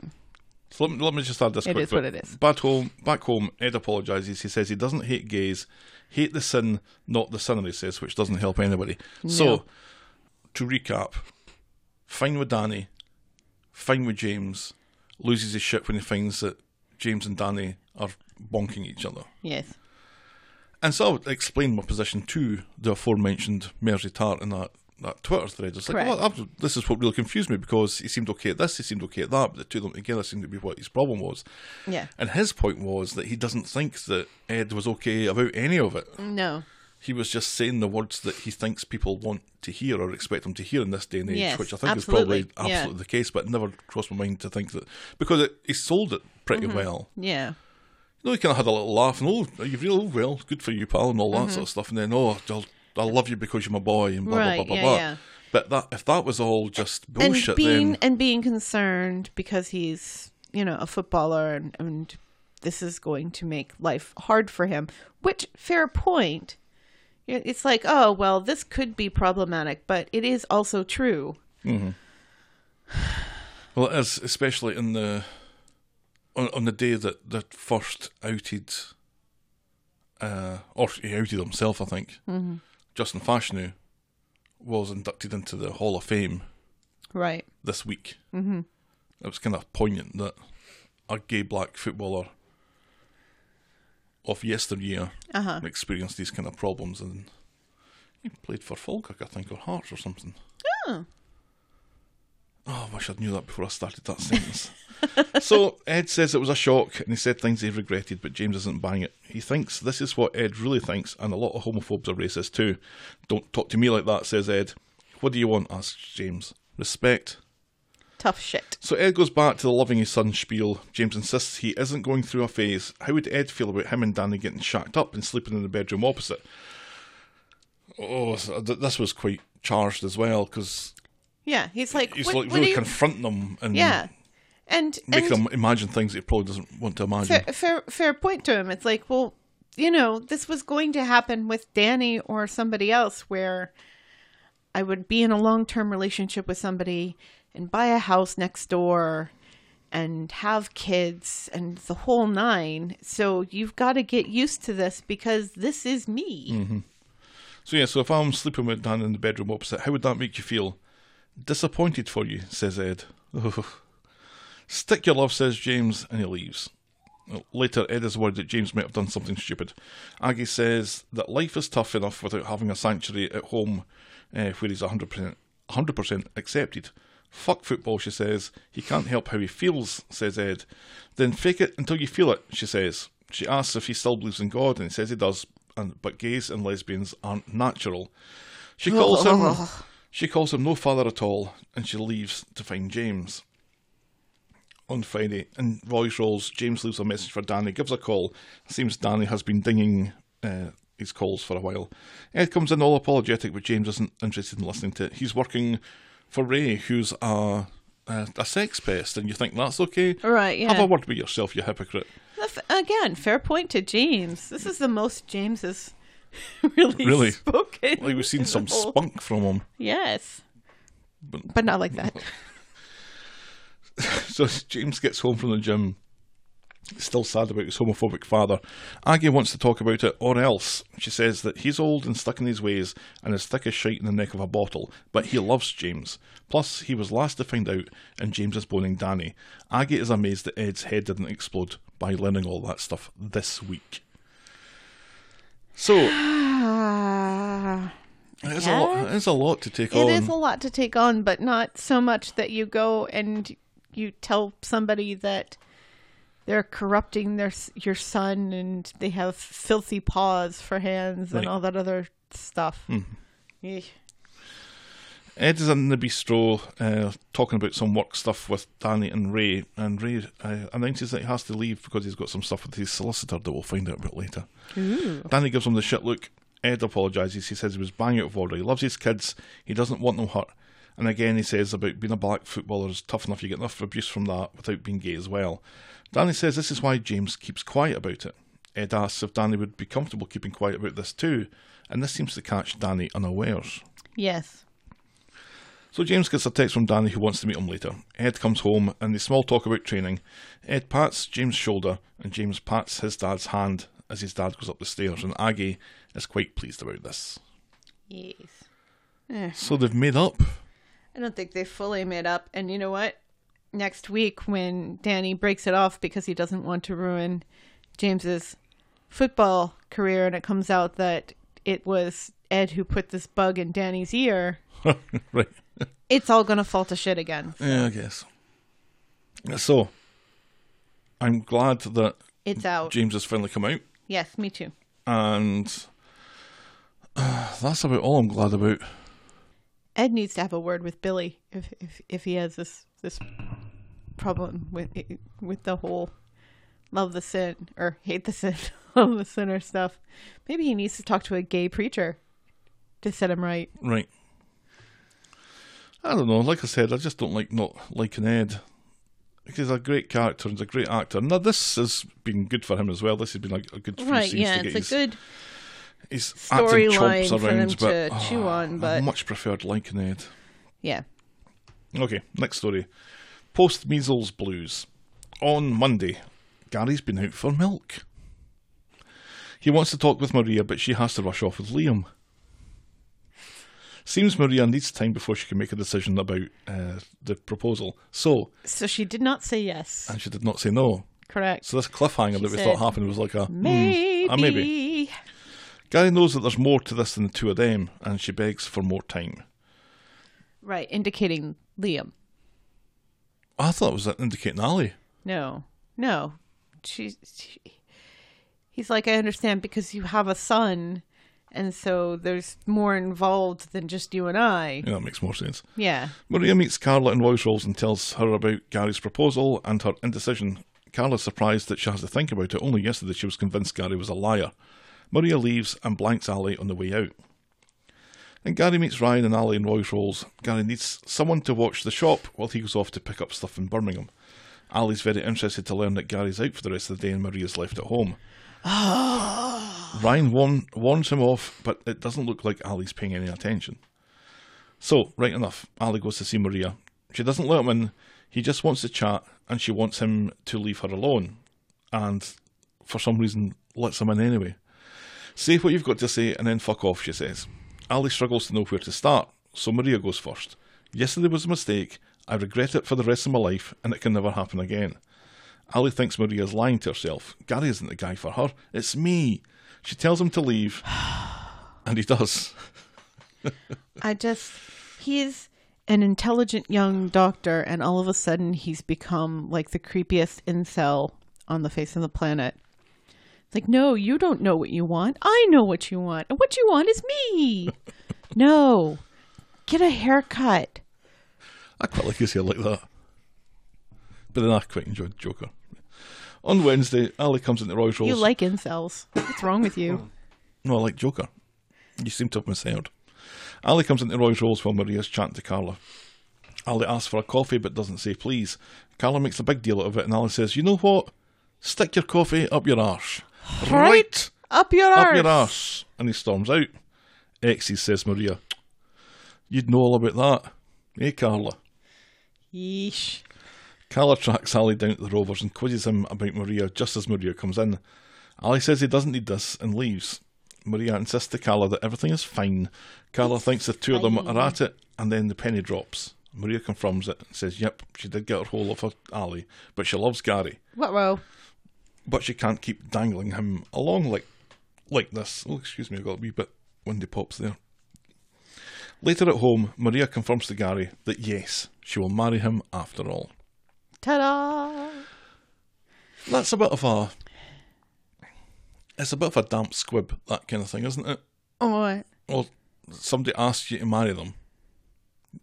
S3: So let me, let me just add this.
S1: It
S3: quick
S1: is what
S3: bit.
S1: it is.
S3: Back home, back home, Ed apologises. He says he doesn't hate gays, hate the sin, not the sinner. He says, which doesn't help anybody. So,
S1: No.
S3: to recap, fine with Danny, fine with James, loses his shit when he finds that James and Danny are bonking each other.
S1: yes
S3: And so I would explain my position to the aforementioned Mersey Tart in that, that Twitter thread. It's like,
S1: Correct.
S3: well, I've, this is what really confused me because he seemed okay at this, he seemed okay at that, but the two of them together seemed to be what his problem was.
S1: yeah
S3: And his point was that he doesn't think that Ed was okay about any of it.
S1: no
S3: He was just saying the words that he thinks people want to hear or expect them to hear in this day and age,
S1: Yes,
S3: which I think is
S1: absolutely,
S3: probably
S1: yeah.
S3: absolutely the case, but it never crossed my mind to think that because it, he sold it pretty
S1: Mm-hmm.
S3: well.
S1: yeah
S3: You know, he kind of had a little laugh and, oh, you really, oh, well, good for you, pal, and all that
S1: Mm-hmm.
S3: sort of stuff. And then, oh, I'll, I love you because you're my boy, and blah,
S1: Right,
S3: blah, blah,
S1: yeah,
S3: blah, blah.
S1: yeah.
S3: But that if that was all just
S1: and
S3: bullshit,
S1: being
S3: then.
S1: and being concerned because he's you know a footballer and, and this is going to make life hard for him which fair point It- it's like oh well this could be problematic but it is also true
S3: Well, it is, especially in the on, on the day that they first outed, uh, or he outed himself, I think.
S1: Mm-hmm.
S3: Justin Fashanu was inducted into the Hall of Fame
S1: right
S3: this week. Mm-hmm. It was kind of poignant that a gay black footballer of yesteryear experienced these kind of problems, and he played for Falkirk, I think, or Hearts or something.
S1: oh
S3: Oh, I wish I'd knew that before I started that sentence. so Ed says it was a shock, and he said things he regretted, but James isn't buying it. He thinks this is what Ed really thinks, and a lot of homophobes are racist too. Don't talk to me like that, says Ed. What do you want? asks James. Respect.
S1: tough shit
S3: So Ed goes back to the loving his son spiel. James insists he isn't going through a phase. How would Ed feel about him and Danny getting shacked up and sleeping in the bedroom opposite? Oh, so th- this was quite charged as well because
S1: Yeah, he's like,
S3: He's
S1: what,
S3: like
S1: what
S3: really
S1: do you-
S3: confronting them and
S1: yeah, and
S3: making
S1: and
S3: them imagine things that he probably doesn't want to imagine.
S1: fair, fair fair point to him. It's like, well, you know, this was going to happen with Danny or somebody else, where I would be in a long term relationship with somebody and buy a house next door and have kids and the whole nine. So you've got to get used to this because this is me.
S3: Mm-hmm. So yeah, so if I'm sleeping with Dan in the bedroom opposite, how would that make you feel? Disappointed for you, says Ed. Oh, Stick your love, says James, and he leaves. Later, Ed is worried that James might have done something stupid. Aggie says that life is tough enough without having a sanctuary at home eh, where he's 100%, 100% accepted. Fuck football, she says. He can't help how he feels, says Ed. Then fake it until you feel it, she says. She asks if he still believes in God, and he says he does, and, but gays and lesbians aren't natural. She calls him. She calls him no father at all, and she leaves to find James on Friday, and Royce rolls. James leaves a message for Danny, gives a call. Seems Danny has been dinging uh, his calls for a while. Ed comes in all apologetic, but James isn't interested in listening to it. He's working for Ray, who's a, a, a sex pest, and you think that's okay?
S1: Right, yeah.
S3: Have a word with yourself, you hypocrite.
S1: F- Again, fair point to James. This is the most James has really,
S3: Really?
S1: spoken.
S3: Like, we've seen
S1: in
S3: some
S1: the whole-
S3: spunk from him.
S1: Yes. But not like that.
S3: So James gets home from the gym, still sad about his homophobic father. Aggie wants to talk about it, or else. She says that he's old and stuck in his ways, and as thick as shite in the neck of a bottle, but he loves James. Plus, he was last to find out, and James is boning Danny. Aggie is amazed that Ed's head didn't explode by learning all that stuff this week. So,
S1: Ah,
S3: it's a, lot,
S1: guess.
S3: it's a lot to take
S1: it
S3: on.
S1: is a lot to take on, but not so much that you go and you tell somebody that they're corrupting their s- your son and they have filthy paws for hands
S3: Right.
S1: and all that other stuff. Eh.
S3: Ed is in the bistro uh, talking about some work stuff with Danny and Ray, and Ray uh, announces that he has to leave because he's got some stuff with his solicitor that we'll find out about later. Danny gives him the shit look. Ed apologises. He says he was bang out of order. He loves his kids. He doesn't want them hurt. And again, he says about being a black footballer is tough enough. You get enough abuse from that without being gay as well. Danny says this is why James keeps quiet about it. Ed asks if Danny would be comfortable keeping quiet about this too, and this seems to catch Danny unawares.
S1: Yes.
S3: So James gets a text from Danny who wants to meet him later. Ed comes home and they small talk about training. Ed pats James' shoulder and James pats his dad's hand as his dad goes up the stairs and Aggie is quite pleased about this.
S1: Yes.
S3: So they've made up.
S1: I don't think they fully made up. And you know what? Next week, when Danny breaks it off because he doesn't want to ruin James's football career, and it comes out that it was Ed who put this bug in Danny's ear,
S3: right.
S1: it's all going to fall to shit again.
S3: Yeah, I guess. So I'm glad that
S1: It's out.
S3: James has finally come out
S1: yes, me too.
S3: and uh, that's about all I'm glad about.
S1: Ed needs to have a word with Billy if if, if he has this this problem with with the whole love the sin or hate the sin, love the sinner stuff. Maybe he needs to talk to a gay preacher to set him right.
S3: Right. I don't know. Like I said, I just don't like not liking Ed. He's a great character and he's a great actor. Now this has been good for him as well. This has been like a good few scenes to get his,
S1: good
S3: his acting
S1: storyline
S3: chops
S1: for
S3: around.
S1: him to
S3: but,
S1: chew on,
S3: I
S1: but
S3: much preferred liking Ed.
S1: yeah.
S3: Okay, next story. Post measles blues. On Monday, Gary's been out for milk. He wants to talk with Maria, but she has to rush off with Liam. Seems Maria needs time before she can make a decision about uh, the proposal. So,
S1: So she did not say yes.
S3: and she did not say no.
S1: Correct.
S3: Uh, So this cliffhanger that we
S1: said,
S3: thought happened was like a "Hmm,
S1: maybe.
S3: a maybe. Gary knows that there's more to this than the two of them, and she begs for more time.
S1: Right, indicating Liam.
S3: I thought it was indicating Ali.
S1: No, no. She's. She, he's like, I understand because you have a son, and so there's more involved than just you and I.
S3: Yeah, that makes more sense.
S1: Yeah.
S3: Maria meets Carla in Royce Rolls and tells her about Gary's proposal and her indecision. Carla's surprised that she has to think about it. Only yesterday she was convinced Gary was a liar. Maria leaves and blanks Ali on the way out. And Gary meets Ryan and Ali in Roy's roles. Gary needs someone to watch the shop while he goes off to pick up stuff in Birmingham. Ali's very interested to learn that Gary's out for the rest of the day and Maria's left at home. Ryan warn, warns him off, but it doesn't look like Ali's paying any attention. So, right enough, Ali goes to see Maria. She doesn't let him in, he just wants to chat, and she wants him to leave her alone. And for some reason, lets him in anyway. Say what you've got to say and then fuck off, she says. Ali struggles to know where to start, so Maria goes first. Yesterday was a mistake, I regret it for the rest of my life, and it can never happen again. Ali thinks Maria's lying to herself. Gary isn't the guy for her, it's me. She tells him to leave, and he does.
S1: I just he's an intelligent young doctor and all of a sudden he's become like the creepiest incel on the face of the planet. It's like, no, you don't know what you want. I know what you want. And what you want is me. no. Get a haircut.
S3: I quite like his hair like that. But then I quite enjoyed Joker. On Wednesday, Ali comes into Roy's Rolls.
S1: You like incels. What's wrong with you?
S3: No, I like Joker. You seem to have misheard. Ali comes into Roy's Rolls while Maria's chatting to Carla. Ali asks for a coffee but doesn't say please. Carla makes a big deal out of it and Ali says, You know what? Stick your coffee up your arse.
S1: Up your
S3: Up
S1: arse.
S3: your arse. And he storms out. Exes, says Maria. You'd know all about that. Hey, Carla.
S1: Yeesh.
S3: Carla tracks Ali down to the Rovers and quizzes him about Maria just as Maria comes in. Ali says he doesn't need this and leaves. Maria insists to Carla that everything is fine. Carla thinks the two of them are at it, and then the penny drops. Maria confirms it and says, Yep, she did get her hole off her Ali, but she loves Gary.
S1: What row?
S3: But she can't keep dangling him along like like this. Oh, excuse me, I got a wee bit windy pops there. Later at home, Maria confirms to Gary that yes, she will marry him after all.
S1: Ta da!
S3: That's a bit of a. It's a bit of a damp squib, that kind of thing, isn't it?
S1: Oh,
S3: Or somebody asks you to marry them.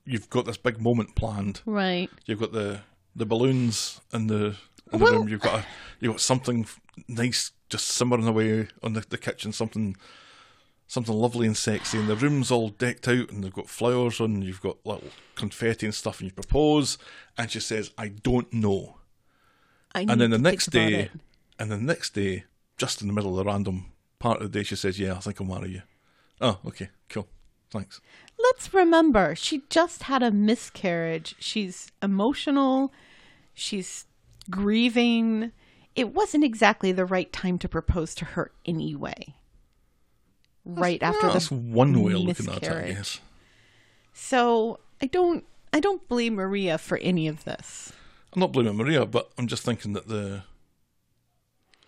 S3: You've got this big moment planned.
S1: right.
S3: You've got the the balloons in the, in the
S1: Well-
S3: room. You've got a, you've got something f- nice just simmering away on the, the kitchen. Something something lovely and sexy, and the room's all decked out, and they've got flowers on. And you've got little confetti and stuff, and you propose, and she says, "I don't know."
S1: I
S3: and
S1: need
S3: then the
S1: to
S3: next
S1: Mm, think about
S3: day,
S1: it.
S3: and the next day, just in the middle of the random part of the day, she says, "Yeah, I think I'll marry you." Oh, okay, cool, thanks.
S1: Let's remember, she just had a miscarriage. She's emotional. She's grieving. It wasn't exactly the right time to propose to her anyway. Right after the
S3: That's one way of looking at it, I
S1: miscarriage.
S3: guess.
S1: So I don't I don't blame Maria for any of this.
S3: I'm not blaming Maria, but I'm just thinking that the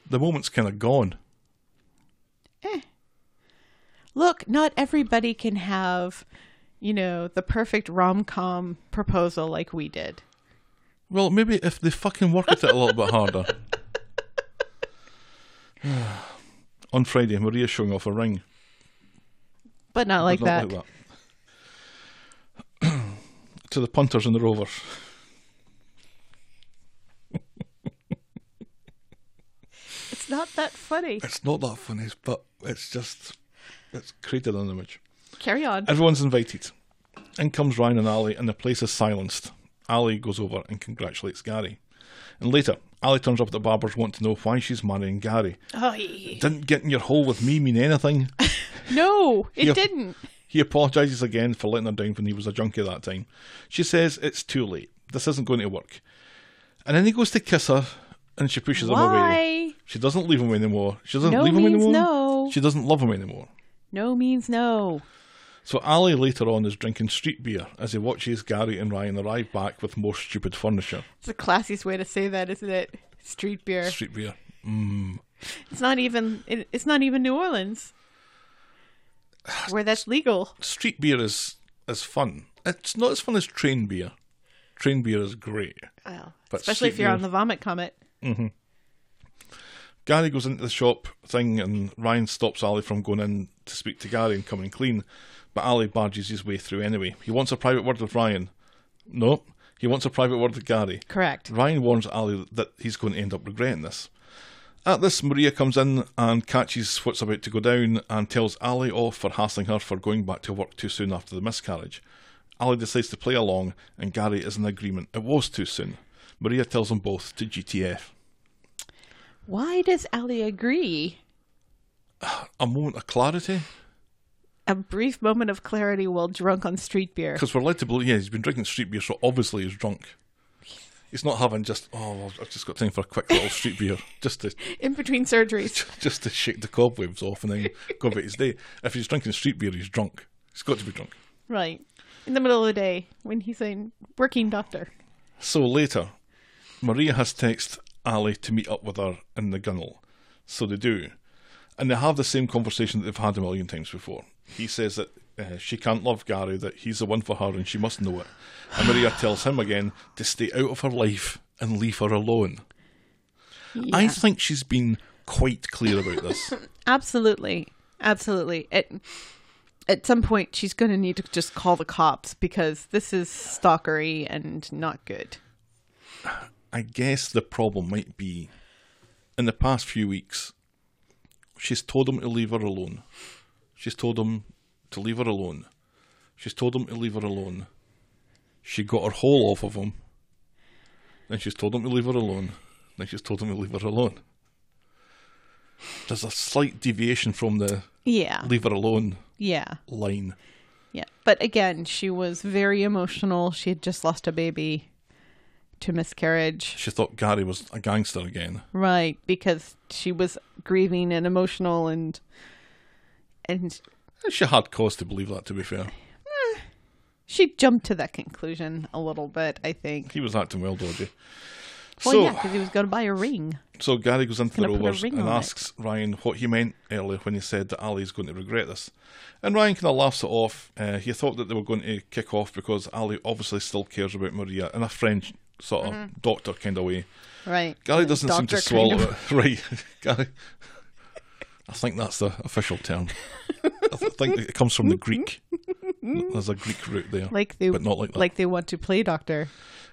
S3: the moment's kind of gone.
S1: Look, not everybody can have, you know, the perfect rom com proposal like we did.
S3: Well, maybe if they fucking work at it a little bit harder. On Friday, Maria's showing off a ring.
S1: But not like
S3: Not
S1: that.
S3: like that. to the punters and the rovers.
S1: It's not that funny.
S3: It's not that funny, but it's just it's created an image.
S1: Carry on.
S3: Everyone's invited. In comes Ryan and Ali, and the place is silenced. Ali goes over and congratulates Gary. And later, Ali turns up at the barber's, wanting to know why she's marrying Gary.
S1: Oh, yeah.
S3: Didn't getting your hole with me mean anything?
S1: no, it
S3: Yep.
S1: didn't.
S3: He apologises again for letting her down when he was a junkie that time. She says it's too late. This isn't going to work. And then he goes to kiss her, and she pushes him away.
S1: Why?
S3: She doesn't leave him anymore. She doesn't
S1: No
S3: leave him
S1: means
S3: anymore.
S1: no.
S3: She doesn't love him anymore.
S1: No means no.
S3: So Ali later on is drinking street beer as he watches Gary and Ryan arrive back with more stupid furniture.
S1: It's the classiest way to say that, isn't it? Street beer.
S3: Street beer.
S1: It's not even. It, it's not even New Orleans, where that's legal.
S3: Street beer is is fun. It's not as fun as train beer. Train beer is great.
S1: Well,
S3: But
S1: especially if
S3: street
S1: you're
S3: beer-
S1: on the vomit comet.
S3: Gary goes into the shop thing and Ryan stops Ali from going in to speak to Gary and coming clean, but Ali barges his way through anyway. He wants a private word with Ryan. No, he wants a private word with Gary.
S1: Correct.
S3: Ryan warns Ali that he's going to end up regretting this. At this, Maria comes in and catches what's about to go down and tells Ali off for hassling her for going back to work too soon after the miscarriage. Ali decides to play along, and Gary is in agreement it was too soon. Maria tells them both to GTF.
S1: Why does Ali agree?
S3: A moment of clarity?
S1: A brief moment of clarity while drunk on street beer.
S3: Because we're led to believe, yeah, he's been drinking street beer, so obviously he's drunk. He's not having just, oh, well, I've just got time for a quick little street beer, just to
S1: In between surgeries.
S3: just to shake the cobwebs off and then go about his day. If he's drinking street beer, he's drunk. He's got to be drunk.
S1: Right. In the middle of the day when he's a working doctor.
S3: So later, Maria has texted Ali to meet up with her in the gunnel. So they do. And they have the same conversation that they've had a million times before. He says that uh, she can't love Gary, that he's the one for her and she must know it. And Maria tells him again to stay out of her life and leave her alone. I
S1: Yeah.
S3: think she's been quite clear about this.
S1: Absolutely. Absolutely. At at some point she's going to need to just call the cops because this is stalkery and not good.
S3: I guess the problem might be in the past few weeks, she's told him to leave her alone. She's told him to leave her alone. She's told him to leave her alone. She got her hole off of him. Then she's told him to leave her alone. Then she's told him to leave her alone. There's a slight deviation from the
S1: Yeah.
S3: leave her alone
S1: Yeah.
S3: line.
S1: Yeah. But again, she was very emotional. She had just lost a baby to miscarriage.
S3: She thought Gary was a gangster again.
S1: Right, because she was grieving and emotional and and
S3: She had cause to believe that, to be fair.
S1: she jumped to that conclusion a little bit, I think.
S3: He was acting well dodgy.
S1: Well,
S3: so,
S1: yeah, because he was going to buy a ring.
S3: So Gary goes into the
S1: Gonna put a
S3: Rovers
S1: ring
S3: and
S1: on it.
S3: asks Ryan what he meant earlier when he said that Ali's going to regret this. And Ryan kind of laughs it off. Uh, he thought that they were going to kick off because Ali obviously still cares about Maria in a French sort of doctor kind of way.
S1: Right.
S3: Gary doesn't seem to
S1: Mm-hmm. Doctor
S3: swallow
S1: kind of-
S3: it. Right. Gary. I think that's the official term. I th- think it comes from the Greek. There's a Greek root there.
S1: Like they,
S3: but not like that.
S1: they want to play doctor.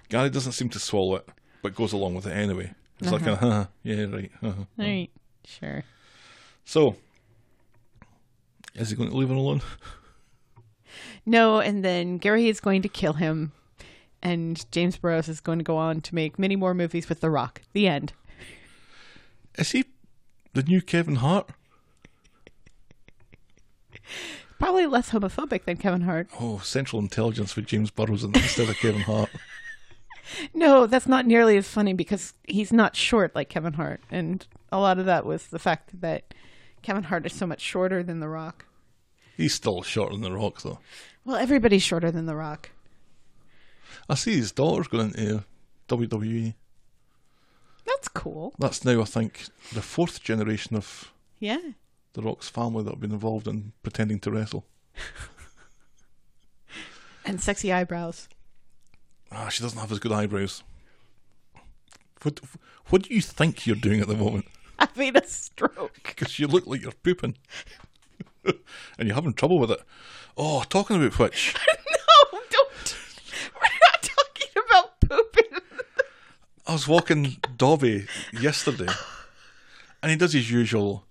S3: Gary doesn't seem to swallow it, but goes along with it anyway. It's like, uh-huh, yeah, right. Uh-huh.
S1: Right. Sure.
S3: So, is he going to leave her alone?
S1: No, and then Gary is going to kill him, and James Burrows is going to go on to make many more movies with The Rock. The end.
S3: Is he the new Kevin Hart?
S1: Probably less homophobic than Kevin Hart.
S3: Oh, Central Intelligence with James Burrows in it instead of Kevin Hart.
S1: No, that's not nearly as funny because he's not short like Kevin Hart, and a lot of that was the fact that Kevin Hart is so much shorter than The Rock.
S3: He's still shorter than The Rock, though.
S1: Well, everybody's shorter than The Rock.
S3: I see his daughter's going into WWE.
S1: That's cool.
S3: That's now, I think, the fourth generation of
S1: Yeah.
S3: The Rock's family that have been involved in pretending to wrestle.
S1: And sexy eyebrows.
S3: Ah, she doesn't have as good eyebrows. What, what do you think you're doing at the moment?
S1: Having a stroke.
S3: because you look like you're pooping and you're having trouble with it. Oh, talking about which,
S1: No, don't. We're not talking about pooping.
S3: I was walking Dobby yesterday and he does his usual.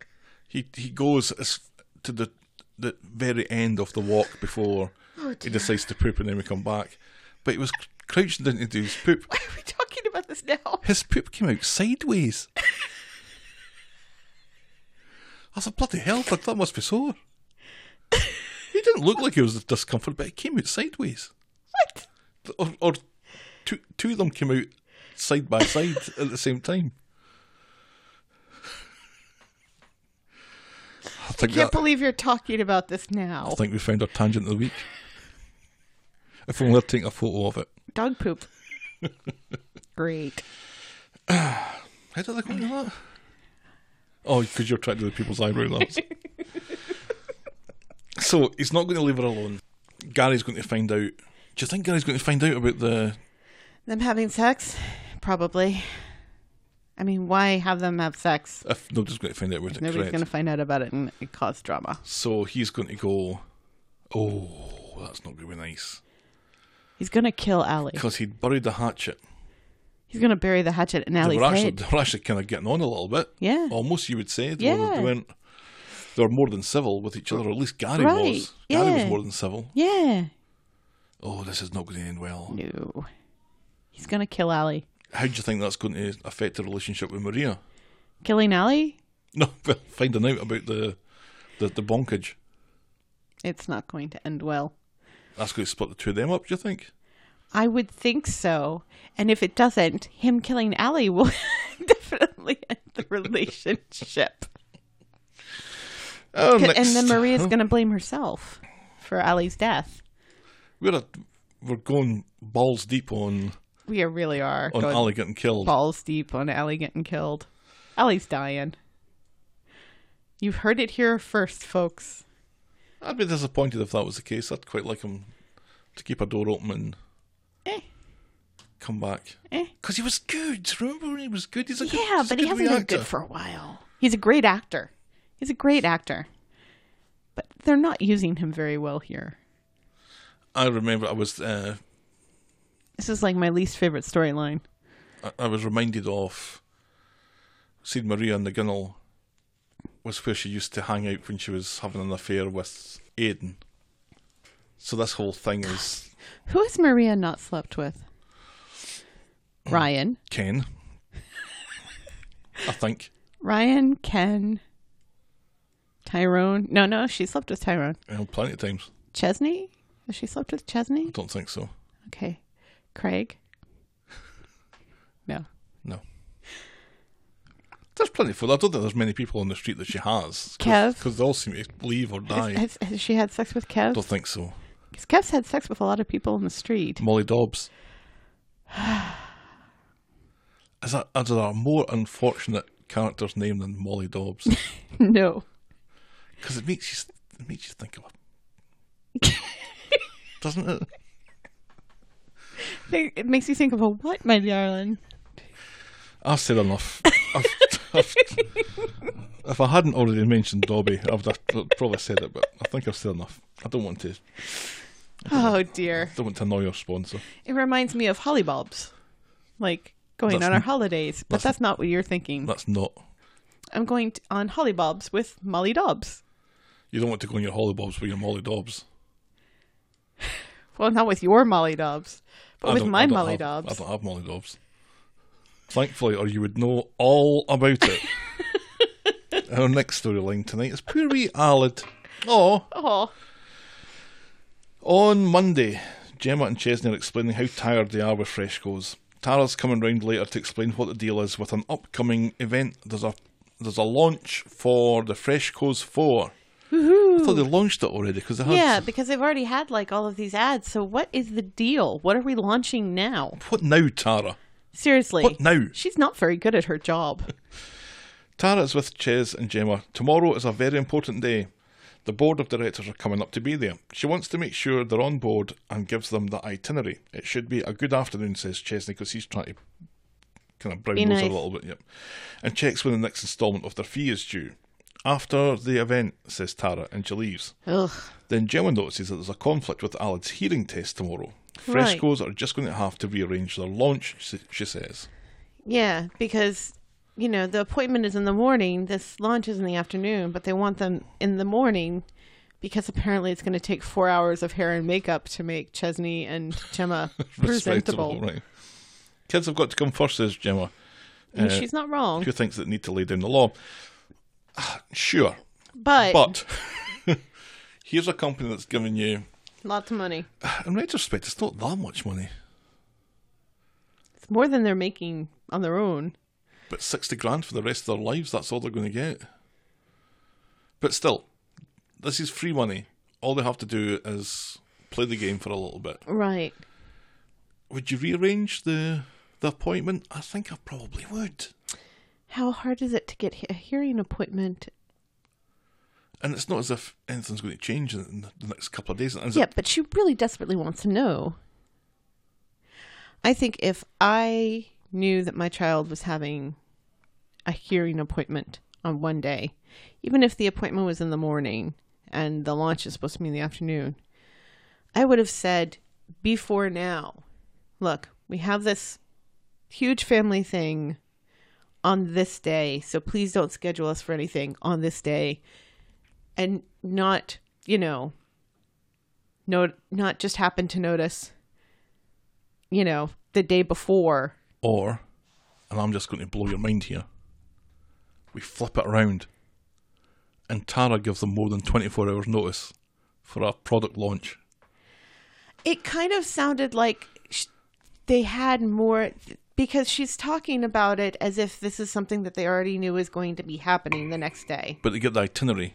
S3: He he goes as to the the very end of the walk before he decides to poop and then we come back. But he was crouched down to do his poop.
S1: Why are we talking about this now?
S3: His poop came out sideways. I was like, bloody hell, that that must be sore. He didn't look like he was discomfort, but it came out sideways.
S1: What?
S3: Or, or two, two of them came out side by side at the same time. I think,
S1: Can't
S3: that,
S1: believe you're talking about this now.
S3: I think we found our tangent of the week. If only I'd take a photo of it.
S1: Dog poop. Great.
S3: How did I come to that? Oh, because you're trying to do the people's eyebrow lines. so he's not going to leave her alone. Gary's going to find out. Do you think Gary's going to find out about the?
S1: Them having sex? Probably. I mean, why have them have sex?
S3: If nobody's going to find out about it,
S1: Nobody's
S3: correct?
S1: going to find out about it and it cause drama.
S3: So he's going to go. Oh, that's not going to be nice
S1: He's going to kill Allie.
S3: because he'd buried the hatchet
S1: He's going to bury the hatchet in
S3: They
S1: Allie's
S3: were, actually,
S1: head.
S3: they were actually kind of getting on a little bit.
S1: Yeah.
S3: Almost, you would say. They, were-
S1: Yeah.
S3: they went. They were more than civil with each other, or at least Gary
S1: Right,
S3: was. Gary was
S1: yeah.
S3: more than civil.
S1: Yeah.
S3: Oh, this is not going to end well.
S1: No. He's going to kill Allie.
S3: How do you think that's going to affect the relationship with Maria?
S1: Killing Allie?
S3: No, well, finding out about the the, the bonkage.
S1: It's not going to end well.
S3: That's going to split the two of them up, do you think?
S1: I would think so. And if it doesn't, him killing Allie will definitely end the relationship.
S3: Oh,
S1: and then
S3: next.
S1: Maria's going to blame herself for Allie's death.
S3: We're, a, we're going balls deep on,
S1: We are- really are
S3: on
S1: going
S3: Ali getting killed.
S1: balls deep on Allie getting killed. Allie's dying. You've heard it here first, folks.
S3: I'd be disappointed if that was the case. I'd quite like him to keep a door open and
S1: Eh,
S3: come back.
S1: eh.
S3: Because he was good. Remember when he was good? He's a good
S1: Yeah,
S3: he's a
S1: but he
S3: good
S1: hasn't
S3: reactor.
S1: been good for a while. He's a great actor. He's a great actor. But they're not using him very well here.
S3: I remember I was uh,
S1: This is like my least favorite storyline.
S3: I, I was reminded of Sid Maria and the Gunnel was where she used to hang out when she was having an affair with Aiden. So this whole thing is
S1: Who has Maria not slept with?
S3: Mm.
S1: Ryan.
S3: Ken. I think.
S1: Ryan, Ken, Tyrone. No, no, she slept with Tyrone.
S3: You know, plenty of times.
S1: Chesney? Has she slept with Chesney?
S3: Don't think so.
S1: Okay. Craig? No.
S3: No. There's plenty for that. I don't think there's many people on the street that she has.
S1: Kev?
S3: Because they all seem to leave or die. I
S1: Has, has she had sex with Kev?
S3: don't think so.
S1: 'Cause Kev's had sex with a lot of people in the street.
S3: Molly Dobbs. Is that is there a more unfortunate character's name than Molly Dobbs?
S1: no.
S3: Because it makes you it makes you think of it, doesn't it?
S1: It it makes you think of a what, my darling?
S3: I've said Ah, enough. I've, I've, if I hadn't already mentioned Dobby, I would have probably said it. But I think I've said enough. I don't want to
S1: Oh dear.
S3: don't want to annoy our sponsor.
S1: It reminds me of holly bulbs. Like going
S3: That's
S1: on our
S3: n-
S1: holidays. But
S3: that's-
S1: that's not what you're thinking.
S3: That's not.
S1: I'm going t on holly bulbs with Molly Dobbs.
S3: You don't want to go on your Holly Bobs with your Molly Dobbs.
S1: Well, not with your Molly Dobbs, but
S3: I
S1: with
S3: don't-
S1: my
S3: I don't
S1: Molly
S3: have- I
S1: Dobbs.
S3: don't have Molly Dobbs. Thankfully, or you would know all about it. Our next storyline tonight is poor wee Alid. Oh,
S1: Oh,
S3: on Monday, Gemma and Chesney are explaining how tired they are with Freshco's. Tara's coming round later to explain what the deal is with an upcoming event. There's a there's a launch for the Freshco's 4. I thought they launched it already because they had.
S1: yeah, because they've already had like all of these ads. So what is the deal? What are we launching now?
S3: What now, Tara?
S1: Seriously.
S3: What now?
S1: She's not very good at her job.
S3: Tara is with Ches and Gemma. Tomorrow is a very important day. The board of directors are coming up to be there. She wants to make sure they're on board and gives them the itinerary. It should be a good afternoon, says Chesney, because he's trying to kind of brown
S1: Be
S3: nose her
S1: nice.
S3: a little bit, yep. And checks when the next instalment of their fee is due. After the event, says Tara, and she leaves.
S1: Ugh.
S3: Then Gemma notices that there's a conflict with Alad's hearing test tomorrow.
S1: Right.
S3: Frescoes are just going to have to rearrange their launch, she- she says.
S1: Yeah, because you know the appointment is in the morning. This launch is in the afternoon, but they want them in the morning because apparently it's going to take four hours of hair and makeup to make Chesney and Gemma presentable.
S3: Right. Kids have got to come first, says Gemma.
S1: And
S3: Uh,
S1: she's not wrong,
S3: few things that need to lay down the law. Ah, Sure,
S1: but,
S3: but here's a company that's giving you,
S1: lots of money.
S3: in retrospect, it's not that much money,
S1: It's more than they're making on their own.
S3: but 60 grand for the rest of their lives, that's all they're going to get. But still, this is free money. All they have to do is play the game for a little bit.
S1: Right.
S3: Would you rearrange the, the appointment? I think I probably would.
S1: How hard is it to get he- a hearing appointment?
S3: And it's not as if anything's going to change in the next couple of days. Is it?
S1: Yeah, but she really desperately wants to know. I think if I knew that my child was having a hearing appointment on one day, even if the appointment was in the morning and the launch is supposed to be in the afternoon, I would have said before now, look, we have this huge family thing on this day. So please don't schedule us for anything on this day. And not, you know, no, not just happen to notice, you know, the day before.
S3: Or, and I'm just going to blow your mind here, we flip it around and Tara gives them more than 24 hours' notice for our product launch.
S1: It kind of sounded like sh- they had more because she's talking about it as if this is something that they already knew is going to be happening the next day.
S3: But they get the itinerary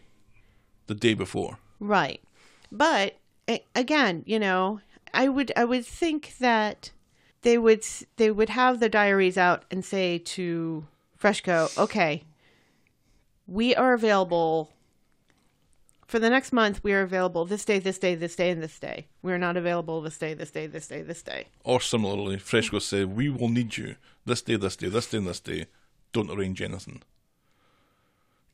S3: the day before.
S1: Right. But a- again, you know, I would I would think that they would s- they would have the diaries out and say to Freshco, "Okay, we are available for the next month. We are available this day, this day, this day, and this day. We are not available this day, this day, this day, this day."
S3: Or similarly, Freshco say, We will need you this day, this day, this day, and this day. Don't arrange anything.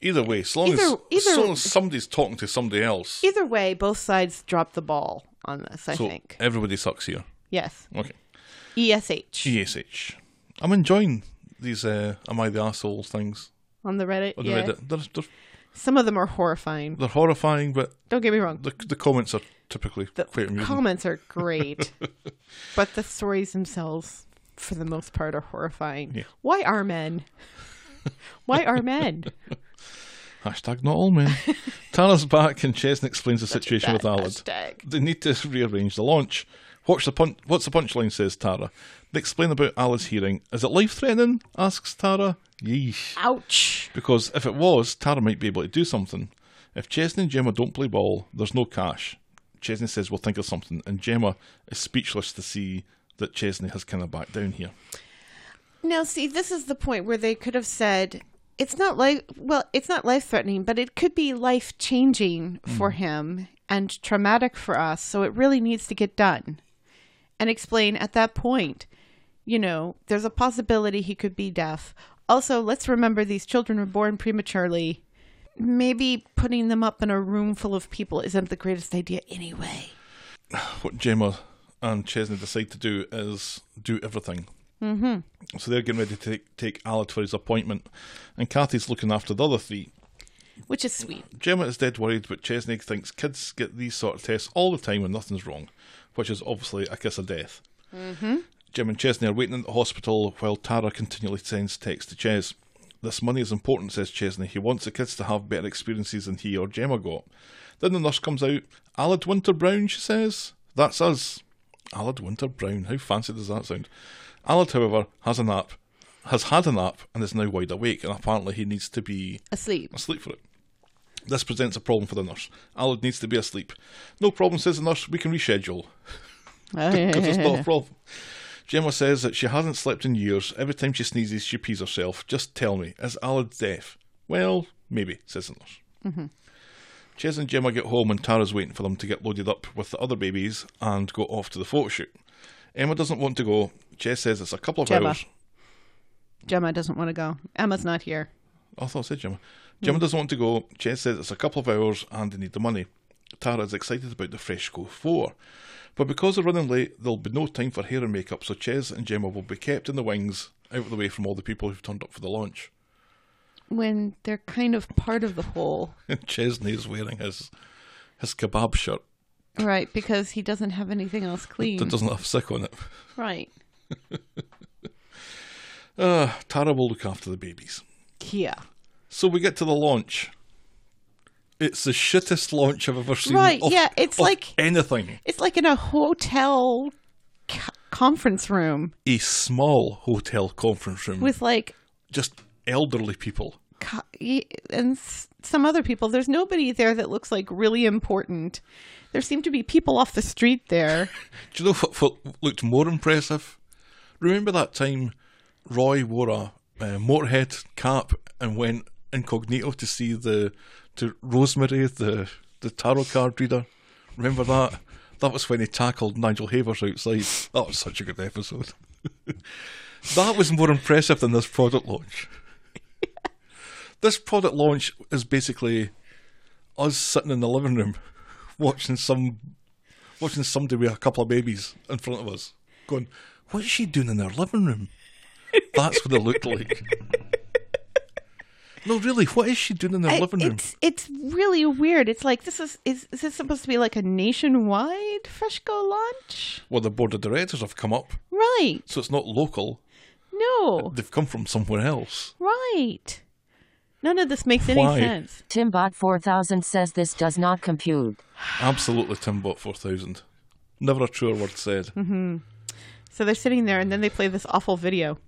S3: Either way, as long, as,
S1: Either- either-
S3: as, long as somebody's talking to somebody else,
S1: Either way, both sides dropped the ball on this. I
S3: so
S1: think
S3: everybody sucks here.
S1: yes, E
S3: Okay.
S1: esh
S3: E GSH. I'm enjoying these uh, Am I the Asshole things
S1: on the Reddit.
S3: on
S1: yeah.
S3: Reddit. They're, they're,
S1: Some of them are horrifying.
S3: they're horrifying, but
S1: Don't get me wrong.
S3: the, the comments are typically
S1: The
S3: quite amusing.
S1: comments are great, but the stories themselves, for the most part, are horrifying.
S3: Yeah.
S1: Why are men? Why are men?
S3: Hashtag not all men. Tara's back and Chesn explains the situation with
S1: bad
S3: Alad.
S1: hashtag.
S3: They need to rearrange the launch. What's the, pun- what's the punchline, says Tara. They explain about Alad's hearing. Is it life threatening? asks Tara. Yeesh.
S1: Ouch!
S3: Because if it was, Tara might be able to do something. If Chesney and Gemma don't play ball, there's no cash. Chesney says we'll think of something, and Gemma is speechless to see that Chesney has kind of backed down here.
S1: Now, see, this is the point where they could have said it's not life. Well, it's not life threatening, but it could be life changing for him and traumatic for us. So it really needs to get done, and explain at that point. You know, there's a possibility he could be deaf. Also, let's remember these children were born prematurely. Maybe putting them up in a room full of people isn't the greatest idea anyway.
S3: What Gemma and Chesney decide to do is do everything. Mm-hmm. So they're getting ready to take, take Alad for his appointment, and Kathy's looking after the other three.
S1: Which is sweet.
S3: Gemma is dead worried, but Chesney thinks kids get these sort of tests all the time and nothing's wrong, which is obviously a kiss of death. Mm-hmm. Jim and Chesney are waiting at the hospital while Tara continually sends texts to Ches. This money is important, says Chesney. He wants the kids to have better experiences than he or Gemma got. Then the nurse comes out. Alad Winter Brown, she says. That's us. Alad Winter Brown. How fancy does that sound? Alad, however, has a nap, has had a nap, and is now wide awake, and apparently he needs to be
S1: Asleep.
S3: asleep for it. This presents a problem for the nurse. Alad needs to be asleep. No problem, says the nurse. We can reschedule. Because it's not a problem. Gemma says that she hasn't slept in years. Every time she sneezes, she pees herself. Just tell me, is Alad deaf? Well, maybe, says the nurse. Ches and Gemma get home and Tara's waiting for them to get loaded up with the other babies and go off to the photo shoot. Emma doesn't want to go. Ches says it's a couple of
S1: Gemma.
S3: hours.
S1: Gemma doesn't want to go. Emma's not here.
S3: I thought I said Gemma.
S1: Hmm.
S3: Gemma doesn't want to go. Jess says it's a couple of hours and they need the money. Tara is excited about the Freshco 4. But because they're running late, there'll be no time for hair and makeup, so Ches and Gemma will be kept in the wings, out of the way from all the people who've turned up for the launch.
S1: when they're kind of part of the whole,
S3: And Chesney is wearing his his kebab shirt
S1: right? Because he doesn't have anything else
S3: that
S1: clean,
S3: doesn't have sick on it.
S1: right?
S3: Uh, Tara will look after the babies.
S1: Yeah,
S3: So we get to the launch. It's the shittest launch I've ever seen.
S1: Right,
S3: of-
S1: yeah, it's
S3: of
S1: like-
S3: anything.
S1: it's like in a hotel co- conference room
S3: A small hotel conference room.
S1: with like,
S3: just elderly people.
S1: co- y- and s- some other people. There's nobody there that looks like really important. There seem to be people off the street there.
S3: Do you know what, what looked more impressive? Remember that time Roy wore a uh, Motorhead cap and went incognito to see the to Rosemary, the the tarot card reader. Remember that? That was when he tackled Nigel Havers outside. That was such a good episode. that was more impressive than this product launch. This product launch is basically us sitting in the living room watching some watching somebody with a couple of babies in front of us, going, "What's she doing in her living room?" That's what it looked like. No, really, what is she doing in their
S1: I-
S3: living room?
S1: it's it's really weird. It's like this is is, is this supposed to be like a nationwide fresco launch?
S3: Well, the board of directors have come up,
S1: Right.
S3: so it's not local.
S1: No.
S3: They've come from somewhere else.
S1: Right. None of this makes any
S3: Why?
S1: sense.
S4: Timbot 4000 says this does not compute.
S3: Absolutely, Timbot 4000. Never a truer word said.
S1: Mm-hmm. So they're sitting there and then they play this awful video.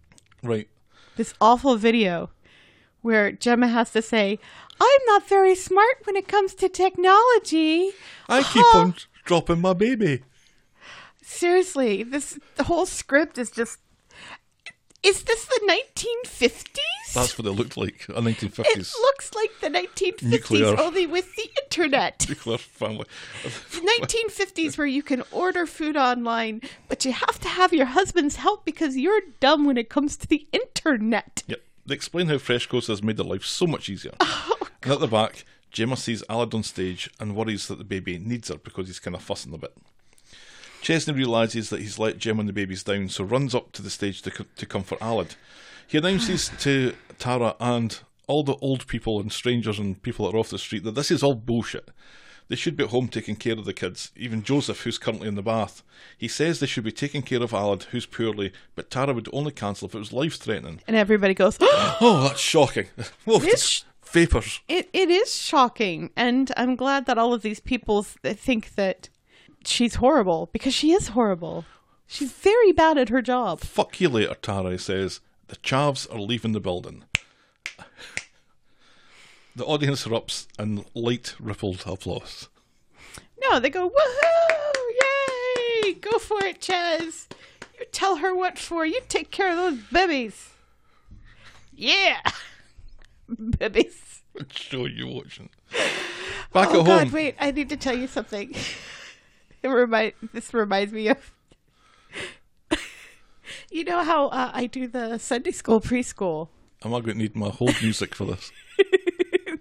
S3: Right.
S1: This awful video where Gemma has to say, "I'm not very smart when it comes to technology."
S3: I keep on dropping my baby.
S1: Seriously, this the whole script is just Is this the 1950s?
S3: That's what it looked like, a
S1: It
S3: 1950s
S1: looks like the 1950s,
S3: Nuclear.
S1: only with the internet.
S3: nuclear family.
S1: The 1950s, where you can order food online, but you have to have your husband's help because you're dumb when it comes to the internet.
S3: Yep. They explain how Freshco's has made their life so much easier. and at the back, Gemma sees Alad on stage and worries that the baby needs her because he's kind of fussing a bit. Chesney realises that he's let Gemma and the babies down, so runs up to the stage to, co- to comfort Alad. He announces to Tara and all the old people and strangers and people that are off the street that this is all bullshit. They should be at home taking care of the kids, even Joseph, who's currently in the bath. He says they should be taking care of Alad, who's poorly, but Tara would only cancel if it was life threatening.
S1: And everybody goes, "Oh,
S3: Oh, that's shocking. Whoa,
S1: This-
S3: it's vapors.
S1: it, it is shocking. And I'm glad that all of these people s- think that she's horrible because she is horrible. She's very bad at her job.
S3: Fuck you later, Tara he says. The chavs are leaving the building. The audience erupts in light rippled applause.
S1: No, they go, woohoo! Yay! Go for it, Chaz! You tell her what for. You take care of those babies. Yeah! babies.
S3: Show you watching. Back
S1: Oh
S3: at
S1: God!
S3: home,
S1: Wait, I need to tell you something. It remind this reminds me of. you know how uh, I do the Sunday school preschool?
S3: am I going to need my whole music for this?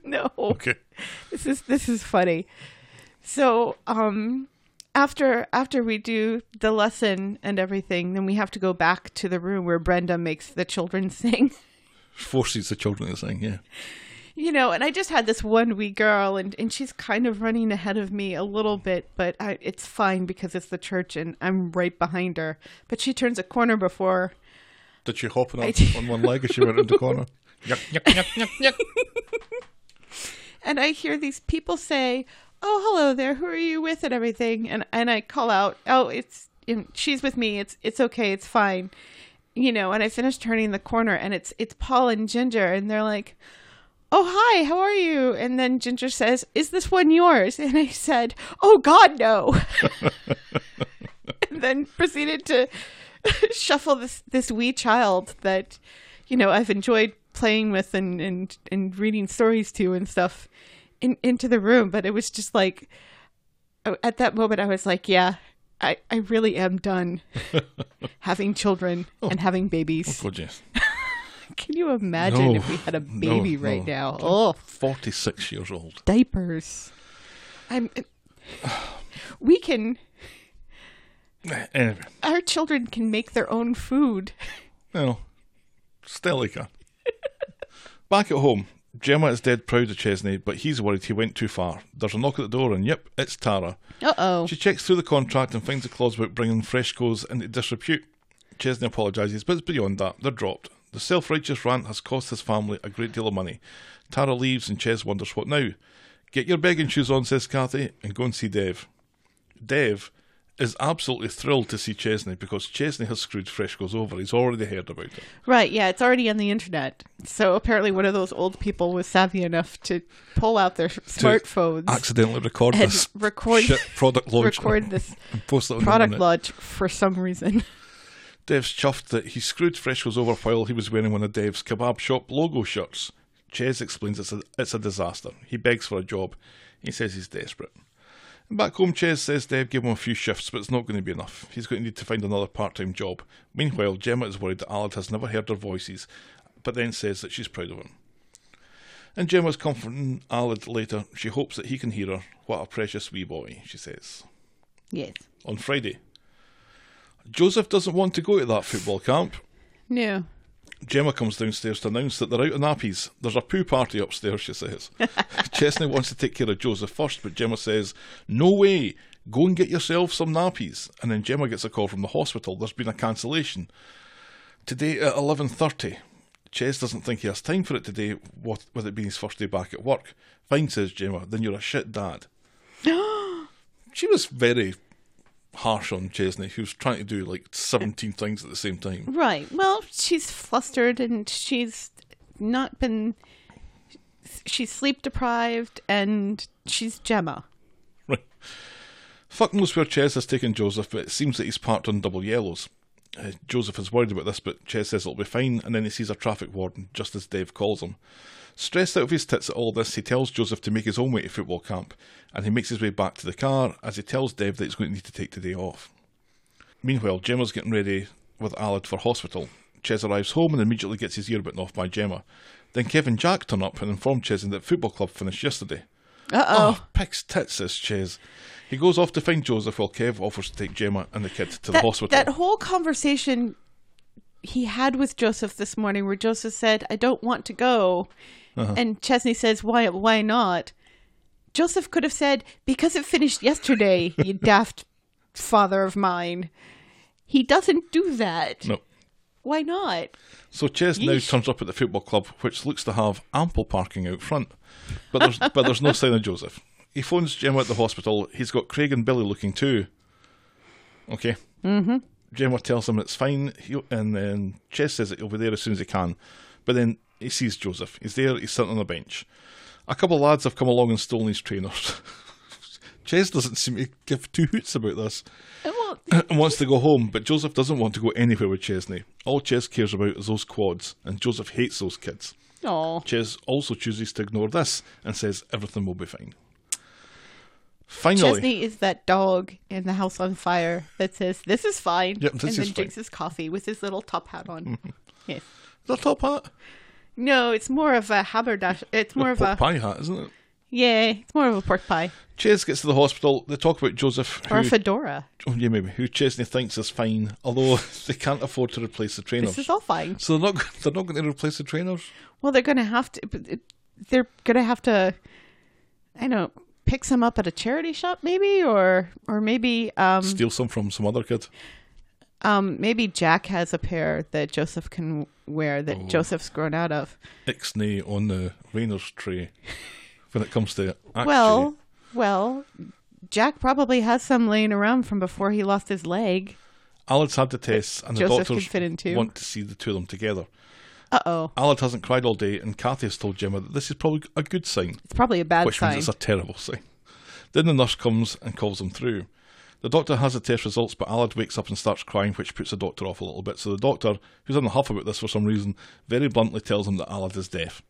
S1: no,
S3: Okay.
S1: this is this is funny. So, um, after after we do the lesson and everything, then we have to go back to the room where Brenda makes the children sing.
S3: Forces the children to sing, yeah.
S1: you know and i just had this one wee girl and, and she's kind of running ahead of me a little bit but I, it's fine because it's the church and i'm right behind her but she turns a corner before
S3: Did she hop on,
S1: I
S3: her,
S1: did.
S3: on one leg as she went around the corner? Yuck, yuck, yuck, yuck, yuck.
S1: and i hear these people say oh hello there who are you with and everything and, and i call out oh it's and she's with me it's it's okay it's fine you know and i finish turning the corner and it's it's paul and ginger and they're like oh hi how are you and then ginger says is this one yours and i said oh god no and then proceeded to shuffle this this wee child that you know I've enjoyed playing with and and and reading stories to and stuff in into the room but it was just like oh, at that moment I was like yeah I I really am done having children
S3: Oh.
S1: and having babies
S3: God, yes.
S1: can you imagine
S3: No.
S1: if we had a
S3: No,
S1: baby right
S3: no.
S1: now oh
S3: 46 years old.
S1: diapers I'm we can
S3: Anyway,
S1: our children can make their own food
S3: Well, still he can. Back at home, Gemma is dead proud of Chesney, but he's worried he went too far. There's a knock at the door, and yep, it's Tara.
S1: uh-oh
S3: She checks through the contract and finds a clause about bringing freshcos into disrepute. Chesney apologises, but it's beyond that. They're dropped. The self righteous rant has cost his family a great deal of money. Tara leaves, and Ches wonders what now. Get your begging shoes on, says Kathy, and go and see Dev. Dev is absolutely thrilled to see Chesney because Chesney has screwed Freshco's over. He's already heard about it.
S1: Right, yeah, it's already on the internet. So apparently, one of those old people was savvy enough to pull out their smartphones,
S3: accidentally record
S1: and
S3: this
S1: record-
S3: shit product launch.
S1: record this
S3: and post it on the
S1: product
S3: internet.
S1: launch for some reason.
S3: Dev's chuffed that he screwed Freshco's over while he was wearing one of Dev's kebab shop logo shirts. Ches explains it's a, it's a disaster. He begs for a job. He says he's desperate. And back home, Ches says Dev gave him a few shifts, but it's not going to be enough. He's going to need to find another part time job. Meanwhile, Gemma is worried that Alad has never heard her voices, but then says that she's proud of him. And Gemma's comforting Alad later. She hopes that he can hear her. What a precious wee boy, she says
S1: Yes.
S3: on Friday. Joseph doesn't want to go to that football camp.
S1: No.
S3: Gemma comes downstairs to announce that they're out in nappies. There's a poo party upstairs, she says. Chesney wants to take care of Joseph first, but Gemma says, No way, go and get yourself some nappies. And then Gemma gets a call from the hospital. There's been a cancellation. Today at 11.30. Ches doesn't think he has time for it today, what, with it being his first day back at work. Fine, says Gemma, then you're a shit dad. she was very harsh on Chesney, who's trying to do like 17 things at the same time.
S1: Right. Well, she's flustered and she's not been. She's sleep deprived and she's Gemma.
S3: Right. Fuck knows where Ches has taken Joseph, but it seems that he's parked on double yellows. Uh, Joseph is worried about this, but Ches says it'll be fine, and then he sees a traffic warden just as Dave calls him. Stressed out of his tits at all this, he tells Joseph to make his own way to football camp, and he makes his way back to the car as he tells Dave that he's going to need to take the day off. Meanwhile, Gemma's getting ready with Alad for hospital. Ches arrives home and immediately gets his ear bitten off by Gemma. Then Kevin Jack turn up and inform Ches that football club finished yesterday.
S1: Uh oh.
S3: Oh, picks tits, says Ches. He goes off to find Joseph while Kev offers to take Gemma and the kid to the hospital.
S1: That whole conversation he had with Joseph this morning, where Joseph said, "I don't want to go,"
S3: Uh-huh.
S1: and Chesney says, "Why? Why not?" Joseph could have said, "Because it finished yesterday." you daft father of mine. He doesn't do that.
S3: no.
S1: Why not?
S3: So Ches now
S1: Yeesh.
S3: turns up at the football club, which looks to have ample parking out front, but there's, but there's no sign of Joseph. He phones Gemma at the hospital. He's got Craig and Billy looking too. Okay. Mm-hmm. Gemma tells him it's fine, he, and then Ches says that he'll be there as soon as he can. But then he sees Joseph. He's there. He's sitting on a bench. A couple of lads have come along and stolen his trainers. Ches doesn't seem to give two hoots about this
S1: And well,
S3: and wants to go home, but Joseph doesn't want to go anywhere with Chesney. All Ches cares about is those quads, and Joseph hates those kids.
S1: aw.
S3: Ches also chooses to ignore this and says everything will be fine. Finally,
S1: Chesney is that dog in the house on fire that says, "This is fine,"
S3: Yep, this
S1: and then
S3: is fine. Mm-hmm.
S1: drinks his coffee with his little top hat on. yes.
S3: the top hat,
S1: No, it's more of a haberdash. It's more of
S3: pork
S1: a
S3: pie hat, isn't it?
S1: yeah. It's more of a pork pie
S3: Ches gets to the hospital. They talk about Joseph,
S1: or a
S3: who,
S1: fedora.
S3: oh, yeah, maybe, who Chesney thinks is fine, although they can't afford to replace the trainers.
S1: This is all fine.
S3: so they're not they're not going to replace the trainers.
S1: Well, they're gonna have to. but it- They're gonna have to. I don't know. Pick some up at a charity shop, maybe, or or maybe um
S3: Steal some from some other kid.
S1: um maybe Jack has a pair that Joseph can wear
S3: Oh.
S1: that Joseph's grown out of.
S3: Ixnay on the Rainer's tray when it comes to actually.
S1: Well, well, Jack probably has some laying around from before he lost his leg.
S3: Allard had the tests, and the
S1: Joseph can
S3: doctors
S1: fit in too.
S3: want to see the two of them together.
S1: Uh oh,
S3: Allard hasn't cried all day, and Kathy has told Gemma that this is probably a good sign,
S1: it's probably a bad
S3: which
S1: sign.
S3: means it's a terrible sign. Then the nurse comes and calls them through. The doctor has the test results, but Allard wakes up and starts crying, which puts the doctor off a little bit. So the doctor, who's in a huff about this for some reason, very bluntly tells him that Allard is deaf.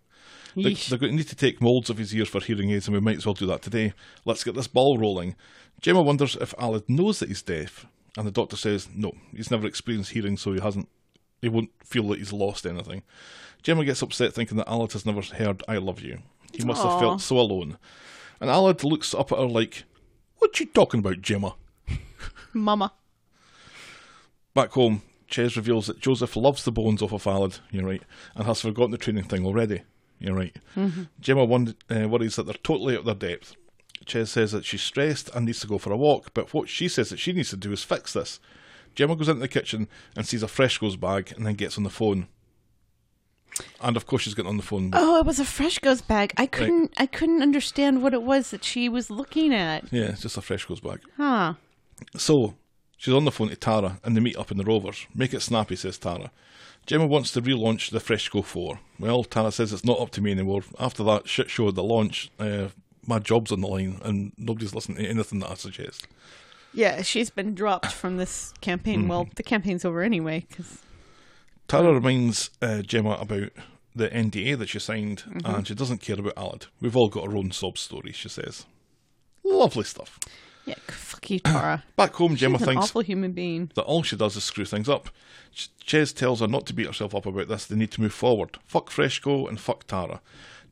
S3: They,
S1: Yeesh.
S3: they're going to need to take moulds of his ears for hearing aids, and we might as well do that today. Let's get this ball rolling. Gemma wonders if Alad knows that he's deaf, and the doctor says no, he's never experienced hearing, so he hasn't. He won't feel that he's lost anything. Gemma gets upset, thinking that Alad has never heard "I love you." He must
S1: Aw.
S3: have felt so alone. And Alad looks up at her like, "What you talking about, Gemma?"
S1: Mama.
S3: Back home, Ches reveals that Joseph loves the bones off of Alad, you're right, and has forgotten the training thing already, you're right. Gemma won- uh, worries that they're totally out of their depth. Ches says that she's stressed and needs to go for a walk, but what she says that she needs to do is fix this. Gemma goes into the kitchen and sees a frescoes bag and then gets on the phone. And of course, she's getting on the phone.
S1: Oh, it was a Fresco's bag. I couldn't. I couldn't understand what it was that she was looking at.
S3: Yeah, it's just a frescoes bag.
S1: Huh.
S3: So she's on the phone to Tara and they meet up in the Rovers. Make it snappy, says Tara. Gemma wants to relaunch the Fresco 4. Well, Tara says it's not up to me anymore. After that shit show, of the launch, uh, my job's on the line and nobody's listening to anything that I suggest.
S1: Yeah, she's been dropped from this campaign. Well, the campaign's over anyway. Cause
S3: Tara reminds uh, Gemma about the NDA that she signed
S1: Mm-hmm.
S3: and she doesn't care about Alad. We've all got our own sob story, she says. Lovely stuff.
S1: yeah, c- fuck you, Tara.
S3: Back home, Gemma
S1: She's an
S3: thinks
S1: awful human being.
S3: that all she does is screw things up. Ch- Ches tells her not to beat herself up about this, they need to move forward. Fuck Fresco and fuck Tara.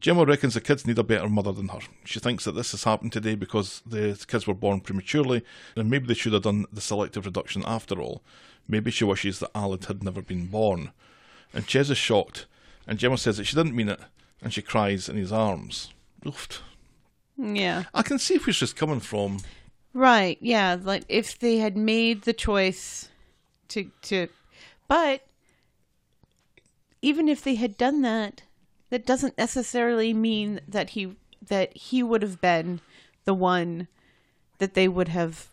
S3: Gemma reckons the kids need a better mother than her. She thinks that this has happened today because the kids were born prematurely, and maybe they should have done the selective reduction after all. Maybe she wishes that Alad had never been born. and Jez is shocked, and Gemma says that she didn't mean it, and she cries in his arms. Oof.
S1: Yeah.
S3: I can see where she's coming from.
S1: Right. Yeah. Like if they had made the choice to to, but even if they had done that, that doesn't necessarily mean that he that he would have been the one that they would have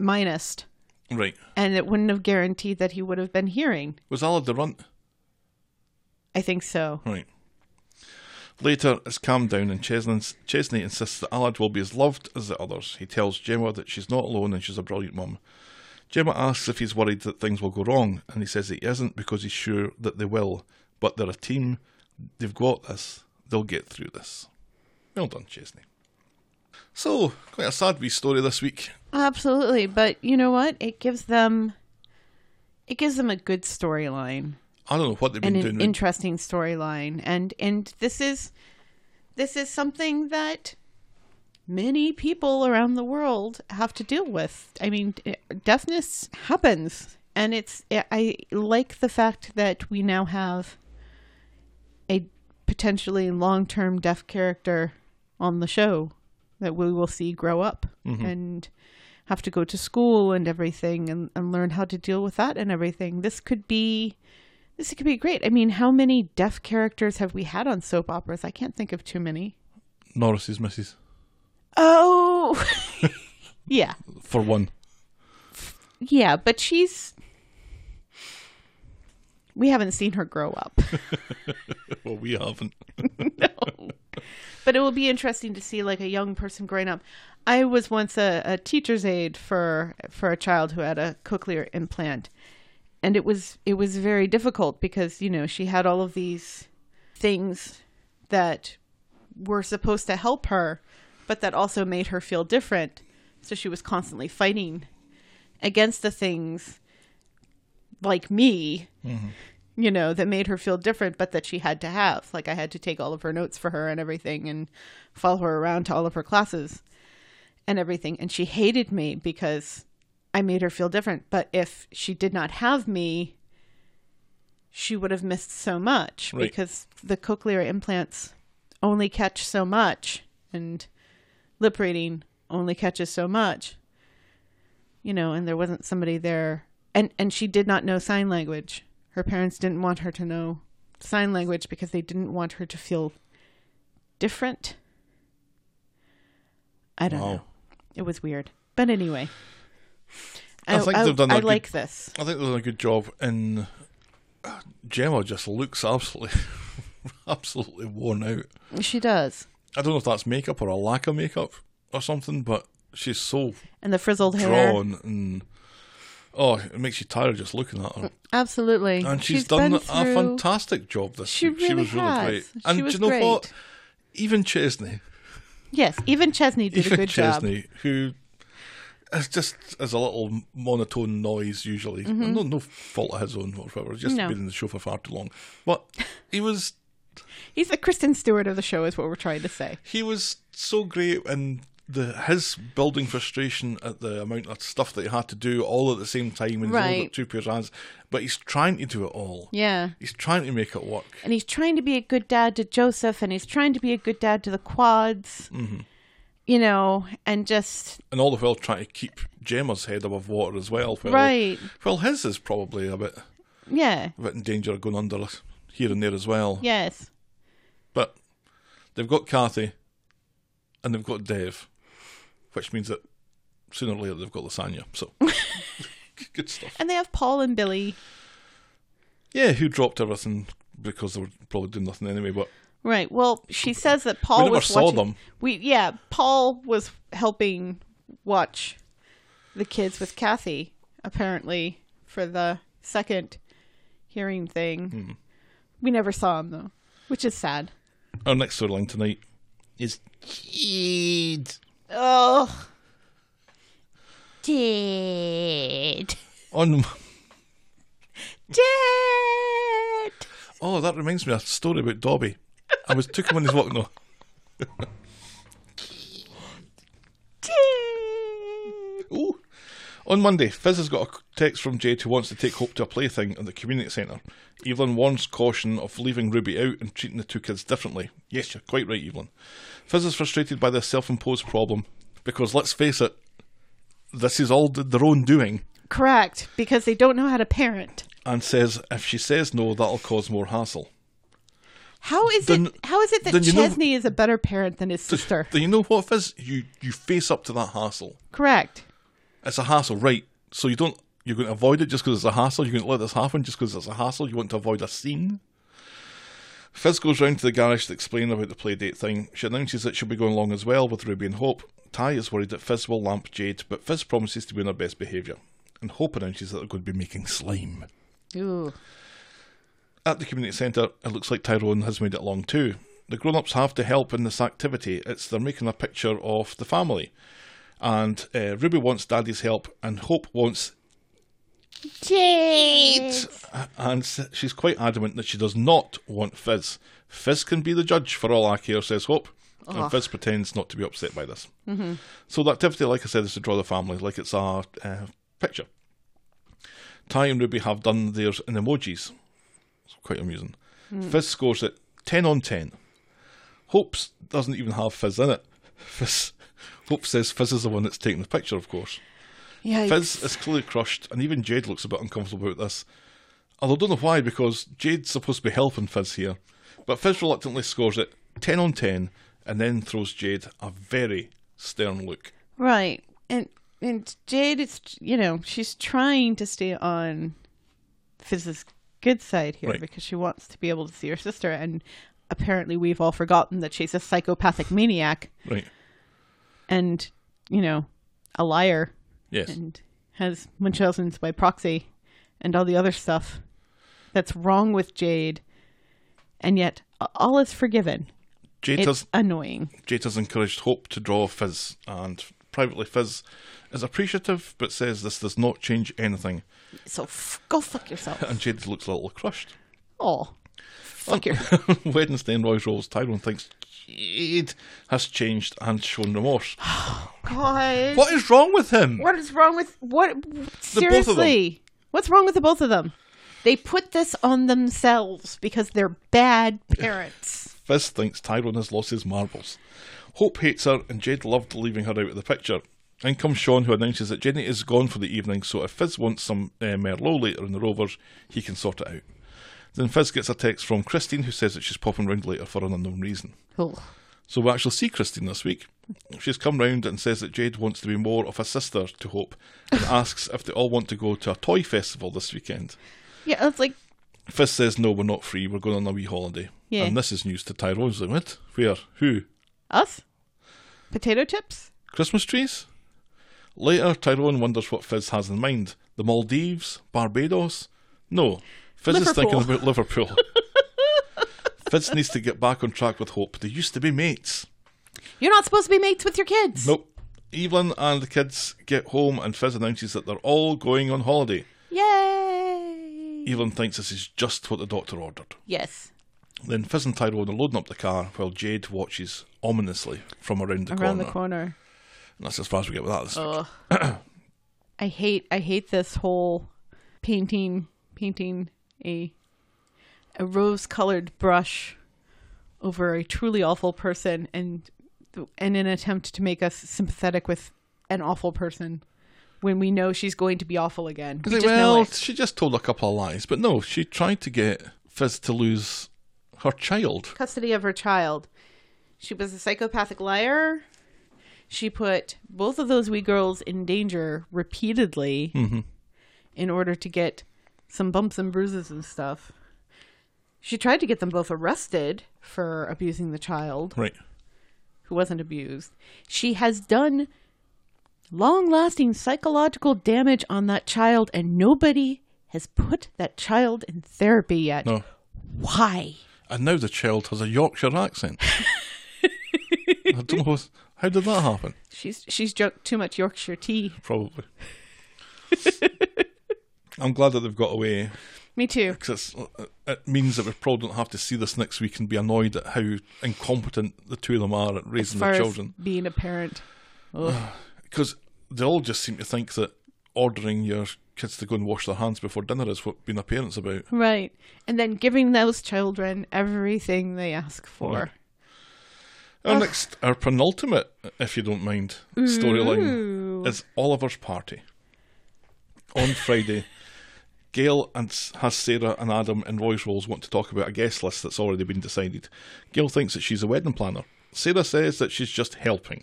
S1: minused,
S3: Right.
S1: and it wouldn't have guaranteed that he would have been hearing.
S3: Was Allah Durant?
S1: I think so.
S3: Right. Later, it's calmed down, and Chesney, Chesney insists that Allard will be as loved as the others. He tells Gemma that she's not alone and she's a brilliant mum. Gemma asks if he's worried that things will go wrong, and he says he isn't because he's sure that they will. But they're a team, they've got this, they'll get through this. Well done, Chesney. So, quite a sad wee story this week.
S1: Absolutely, but you know what? It gives them it gives them a good storyline
S3: I don't know what they've been
S1: and an
S3: doing.
S1: interesting storyline and and this is this is something that many people around the world have to deal with. I mean, d- deafness happens and it's I- I like the fact that we now have a potentially long-term deaf character on the show that we will see grow up
S3: Mm-hmm.
S1: and have to go to school and everything and, and learn how to deal with that and everything. This could be this could be great. I mean, how many deaf characters have we had on soap operas? I can't think of too many.
S3: Norris's missus,
S1: Oh. yeah.
S3: for one.
S1: Yeah, but she's we haven't seen her grow up.
S3: Well, we haven't.
S1: but it will be interesting to see like a young person growing up. I was once a, a teacher's aide for for a child who had a cochlear implant, and it was it was very difficult because you know she had all of these things that were supposed to help her, but that also made her feel different. So she was constantly fighting against the things like me you know, that made her feel different, but that she had to have. Like, I had to take all of her notes for her and everything and follow her around to all of her classes and everything. And she hated me because I made her feel different. But if she did not have me, she would have missed so much
S3: Right.
S1: because the cochlear implants only catch so much and lip reading only catches so much. You know, and there wasn't somebody there. And and she did not know sign language. Her parents didn't want her to know sign language because they didn't want her to feel different. I don't
S3: Wow.
S1: know. It was weird. But anyway.
S3: I think they've done
S1: I
S3: a good-
S1: like this.
S3: I think they've done a good job in uh, Gemma just looks absolutely absolutely worn out.
S1: She does.
S3: I don't know if that's makeup or a lack of makeup or something, but she's so
S1: And the frizzled hair.
S3: drawn and oh, it makes you tired just looking at her.
S1: Absolutely.
S3: And she's, done
S1: Mm, been
S3: a fantastic job this
S1: She
S3: week. she
S1: really
S3: was really
S1: has.
S3: great.
S1: She
S3: and
S1: was
S3: do you know what?
S1: great.
S3: Even Chesney
S1: Yes, even Chesney did a
S3: even
S1: good job.
S3: Chesney, who is just as a little monotone noise usually. No, no fault of his own or whatever.
S1: Mm-hmm.
S3: Just
S1: No.
S3: been in the show for far too long. But he was
S1: He's the Kristen Stewart of the show, is what we're trying to say.
S3: he was so great and the his building frustration at the amount of stuff that he had to do all at the same time and he's only
S1: Right.
S3: got two pairs of hands. But he's trying to do it all.
S1: Yeah.
S3: He's trying to make it work.
S1: And he's trying to be a good dad to Joseph, and he's trying to be a good dad to the quads,
S3: Mm-hmm.
S1: you know, and just
S3: And all the while trying to keep Gemma's head above water as well. While,
S1: Right.
S3: Well his is probably a bit
S1: yeah,
S3: a bit in danger of going under here and there as well.
S1: yes,
S3: But they've got Kathy and they've got Dave, which means that sooner or later they've got Lasagna. So good stuff.
S1: and they have Paul and Billy,
S3: Yeah, who dropped everything because they were probably doing nothing anyway. But
S1: right? Well, she says that Paul
S3: never
S1: was
S3: saw
S1: watching-
S3: them.
S1: We yeah, Paul was helping watch the kids with Kathy apparently for the second hearing thing.
S3: Mm-hmm.
S1: We never saw him though, which is sad.
S3: our next storyline tonight is Kid.
S1: Oh. Dead.
S3: On
S1: Dead.
S3: oh, that reminds me of a story about Dobby. I was took him on his walk. No,
S1: Dead.
S3: Ooh. On Monday, Fizz has got a text from Jade who wants to take Hope to a plaything at the community centre. Evelyn warns caution of leaving Ruby out and treating the two kids differently. Yes, you're quite right, Evelyn. Fizz is frustrated by this self imposed problem because, let's face it, this is all th- their own doing
S1: Correct, because they don't know how to parent.
S3: and says if she says no, that'll cause more hassle.
S1: How is
S3: Then-
S1: it? How is it that
S3: then you know-
S1: Chesney is a better parent than his sister?
S3: Then you know what, Fizz? You, you face up to that hassle.
S1: Correct.
S3: it's a hassle, right? So you don't you're going to avoid it just because it's a hassle. You're going to let this happen just because it's a hassle. You want to avoid a scene. Fizz goes round to the garage to explain about the playdate thing. She announces that she'll be going along as well with Ruby and Hope. Ty is worried that Fizz will lamp Jade, but Fizz promises to be on her best behaviour. And Hope announces that they're going to be making slime.
S1: Ooh.
S3: At the community centre, it looks like Tyrone has made it along too. The grown ups have to help in this activity. It's they're making a picture of the family. And uh, Ruby wants Daddy's help, and Hope wants
S1: Jade.
S3: and s- she's quite adamant that she does not want Fizz. Fizz can be the judge for all I care, says Hope. And Fizz pretends not to be upset by this. Mm-hmm. So the activity, like I said, is to draw the family like it's a uh, picture. Ty and Ruby have done theirs in emojis. It's quite amusing. Fizz scores it 10 on 10. Hope's doesn't even have Fizz in it. Fizz, Hope says Fizz is the one that's taking the picture, of course.
S1: Yikes.
S3: Fizz is clearly crushed, and even Jade looks a bit uncomfortable about this. Although I don't know why, because Jade's supposed to be helping Fizz here. But Fizz reluctantly scores it 10 on 10 and then throws Jade a very stern look.
S1: Right. And and Jade is you know, she's trying to stay on Fizz's good side here
S3: Right.
S1: because she wants to be able to see her sister and apparently we've all forgotten that she's a psychopathic maniac
S3: Right.
S1: and, you know, a liar
S3: Yes.
S1: and has Munchausen's by proxy and all the other stuff that's wrong with Jade. And yet a- all is forgiven.
S3: Jade
S1: It's
S3: has,
S1: annoying.
S3: Jade has encouraged Hope to draw Fizz, and privately Fizz is appreciative but says this does not change anything.
S1: So f- go fuck yourself.
S3: And Jade looks a little crushed.
S1: oh. Fuck your
S3: Wednesday in Roy's Rolls, Tyrone thinks Jade has changed and shown remorse.
S1: God.
S3: What is wrong with him?
S1: What is wrong with what?
S3: them.
S1: Seriously, what's wrong with the both of them? They put this on themselves because they're bad parents.
S3: Fizz thinks Tyrone has lost his marbles. Hope hates her, and Jade loved leaving her out of the picture. In comes Sean, who announces that Jenny is gone for the evening, so if Fizz wants some uh, Merlot later in the Rovers, he can sort it out. Then Fizz gets a text from Christine, who says that she's popping round later for an unknown reason.
S1: Ugh.
S3: So we actually see Christine this week. She's come round and says that Jade wants to be more of a sister to Hope and asks if they all want to go to a toy festival this weekend.
S1: yeah, it's like
S3: Fizz says, No, we're not free, we're going on a wee holiday.
S1: Yeah.
S3: And this is news to Tyrone's limit. Where? Who?
S1: us, potato chips.
S3: Christmas trees? Later, Tyrone wonders what Fizz has in mind. The Maldives? Barbados? No. Fizz is thinking
S1: Liverpool.
S3: about Liverpool. Fizz needs to get back on track with Hope. They used to be mates.
S1: You're not supposed to be mates with your kids.
S3: Nope. Evelyn and the kids get home, and Fizz announces that they're all going on holiday.
S1: Yay.
S3: Evelyn thinks this is just what the doctor ordered.
S1: Yes.
S3: Then Fizz and Tyrone are loading up the car while Jade watches ominously from around the
S1: Around
S3: corner.
S1: the corner. Oh,
S3: And that's as far as we get with that. This week.
S1: Ugh. I hate. I hate this whole painting. Painting a a rose-colored brush over a truly awful person, and and in an attempt to make us sympathetic with an awful person, when we know she's going to be awful again. We
S3: Is it-
S1: just know
S3: well,
S1: it.
S3: she just told a couple of lies, but no, she tried to get Fizz to lose her child.
S1: custody of her child. She was a psychopathic liar. She put both of those wee girls in danger repeatedly in order to get some bumps and bruises and stuff. She tried to get them both arrested for abusing the child
S3: Right.
S1: who wasn't abused. She has done long lasting psychological damage on that child, and nobody has put that child in therapy yet.
S3: No.
S1: Why?
S3: And now the child has a Yorkshire accent. I don't know what's, how did that happen.
S1: She's she's drunk too much Yorkshire tea.
S3: Probably. I'm glad that they've got away
S1: Me too.
S3: because it means that we probably don't have to see this next week and be annoyed at how incompetent the two of them are at
S1: As
S3: raising
S1: far
S3: their
S1: as
S3: children.
S1: being a parent.
S3: Because they all just seem to think that ordering your kids to go and wash their hands before dinner is what being a parent's about.
S1: Right. And then giving those children everything they ask for.
S3: Our next, our penultimate, if you don't mind, storyline
S1: Ooh.
S3: is Oliver's party. On Friday, Gail and S- has Sarah and Adam in voice roles want to talk about a guest list that's already been decided. Gail thinks that she's a wedding planner. Sarah says that she's just helping.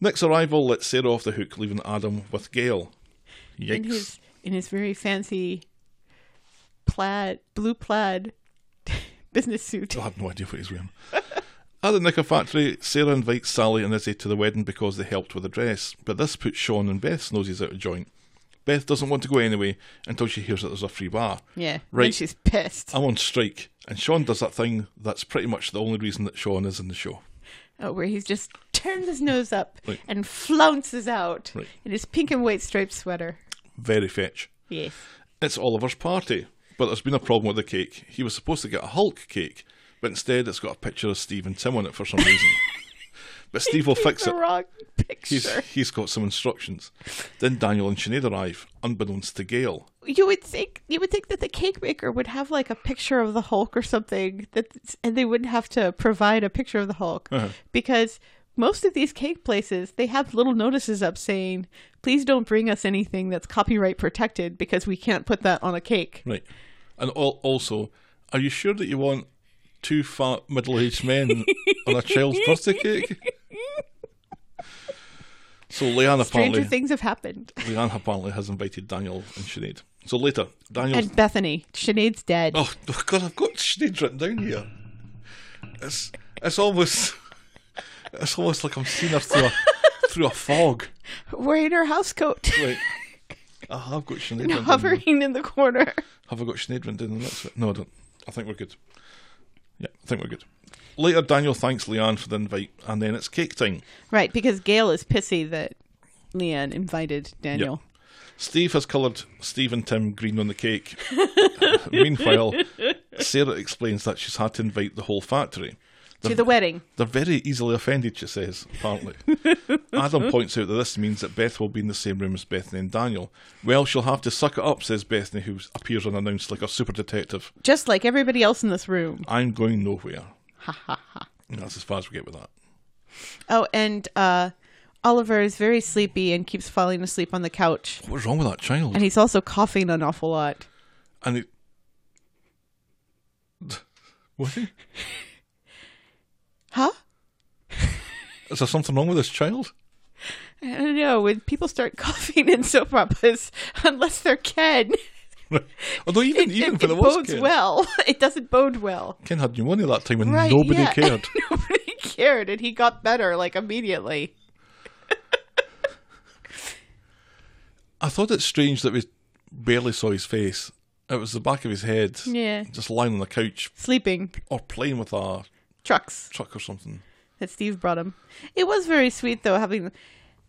S3: Nick's arrival lets Sarah off the hook, leaving Adam with Gail. Yikes!
S1: In his in his very fancy plaid blue plaid business suit.
S3: I have no idea what he's wearing. At the knicker factory, Sarah invites Sally and Izzy to the wedding because they helped with the dress, but this puts Sean and Beth's noses out of joint. Beth doesn't want to go anyway until she hears that there's a free bar.
S1: Yeah.
S3: Right. Um,
S1: And she's pissed.
S3: I'm on strike, and Sean does that thing that's pretty much the only reason that Sean is in the show.
S1: Oh, where he's just turns his nose up
S3: Right.
S1: and flounces out
S3: Right.
S1: in his pink and white striped sweater.
S3: Very fetch.
S1: Yes.
S3: It's Oliver's party, but there's been a problem with the cake. He was supposed to get a Hulk cake, but instead it's got a picture of Steve and Tim on it for some reason. but Steve will fix
S1: the
S3: it.
S1: wrong picture.
S3: He's, he's got some instructions. Then Daniel and Sinead arrive, unbeknownst to Gail.
S1: you would think you would think that the cake maker would have like a picture of the Hulk or something that and they wouldn't have to provide a picture of the Hulk because most of these cake places they have little notices up saying please don't bring us anything that's copyright protected because we can't put that on a cake.
S3: Right. And al- also, are you sure that you want two fat middle aged men on a child's birthday cake? So Leanne
S1: Stranger
S3: apparently,
S1: things have happened.
S3: Leanne apparently has invited Daniel and Sinead. So later, Daniel's.
S1: And Bethany, Sinead's dead.
S3: Oh, oh God, I've got Sinead written down here. It's, it's almost. It's almost like I'm seeing her through a, through a fog.
S1: Wearing her housecoat,
S3: Right. I have Ah, got Sinead written down here.
S1: hovering in the corner.
S3: Have I got Sinead written down in the next bit? No, I don't. I think we're good. Yeah, I think we're good. Later, Daniel thanks Leanne for the invite, and then it's cake time.
S1: Right, because Gail is pissy that Leanne invited Daniel.
S3: Steve has coloured Steve and Tim green on the cake. Meanwhile, Sarah explains that she's had to invite the whole factory.
S1: To the wedding.
S3: They're very easily offended, she says, apparently. Adam points out that this means that Beth will be in the same room as Bethany and Daniel. Well, she'll have to suck it up, says Bethany, who appears unannounced like a super detective.
S1: Just like everybody else in this room.
S3: I'm going nowhere. Ha ha ha. That's as far as we get with that.
S1: Oh, and uh, Oliver is very sleepy and keeps falling asleep on the couch.
S3: What's wrong with that child?
S1: And he's also coughing an awful lot.
S3: And it. What?
S1: Huh?
S3: Is there something wrong with this child?
S1: I don't know. When people start coughing in soap operas, unless they're Ken,
S3: Although even
S1: it,
S3: even
S1: it
S3: for the worst
S1: bodes
S3: Ken,
S1: well. It doesn't bode well.
S3: Ken had pneumonia that time, and
S1: Right?
S3: nobody
S1: yeah.
S3: cared.
S1: nobody cared, and he got better like immediately.
S3: I thought it strange that we barely saw his face. It was the back of his head,
S1: Yeah.
S3: just lying on the couch
S1: Sleeping
S3: or playing with a
S1: trucks
S3: truck or something.
S1: that Steve brought him. It was very sweet though, having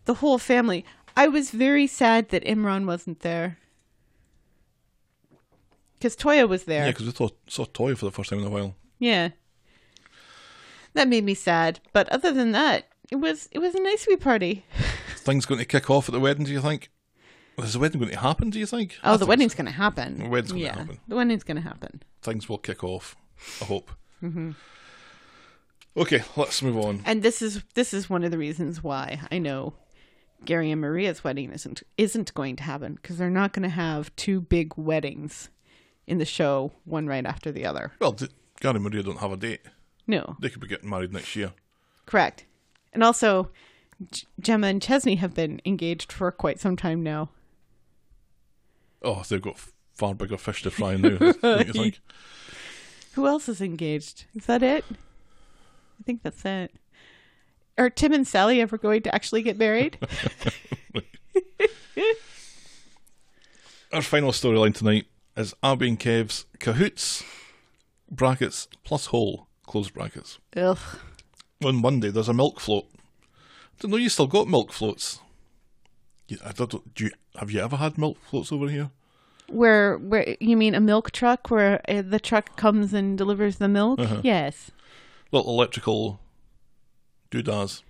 S1: the whole family. I was very sad that Imran wasn't there. Because Toya was there.
S3: Yeah, because we saw, saw Toy for the first time in a while.
S1: Yeah. That made me sad, but other than that, it was it was a nice wee party.
S3: Things going to kick off at the wedding? Do you think? Is the wedding going to happen? Do you think? I
S1: Oh, the
S3: think
S1: wedding's going to happen.
S3: The wedding's gonna happen.
S1: The wedding's going to happen.
S3: things will kick off. I hope. Okay, let's move on.
S1: And this is this is one of the reasons why I know Gary and Maria's wedding isn't isn't going to happen because they're not going to have two big weddings in the show one right after the other.
S3: Well, d- Gary and Maria don't have a date.
S1: No.
S3: They could be getting married next year.
S1: Correct. And also G- Gemma and Chesney have been engaged for quite some time now.
S3: Oh, they've got f- far bigger fish to fry now. don't you think?
S1: Who else is engaged? Is that it? I think that's it. Are Tim and Sally ever going to actually get married?
S3: Our final storyline tonight is Abby and Kev's cahoots brackets plus hole close brackets.
S1: Ugh.
S3: On Monday, there's a milk float. Don't know you still got milk floats. You, I don't. Do you, have you ever had milk floats over here?
S1: Where where you mean a milk truck where uh, the truck comes and
S3: Uh-huh.
S1: delivers the milk? Yes.
S3: Little electrical doodads.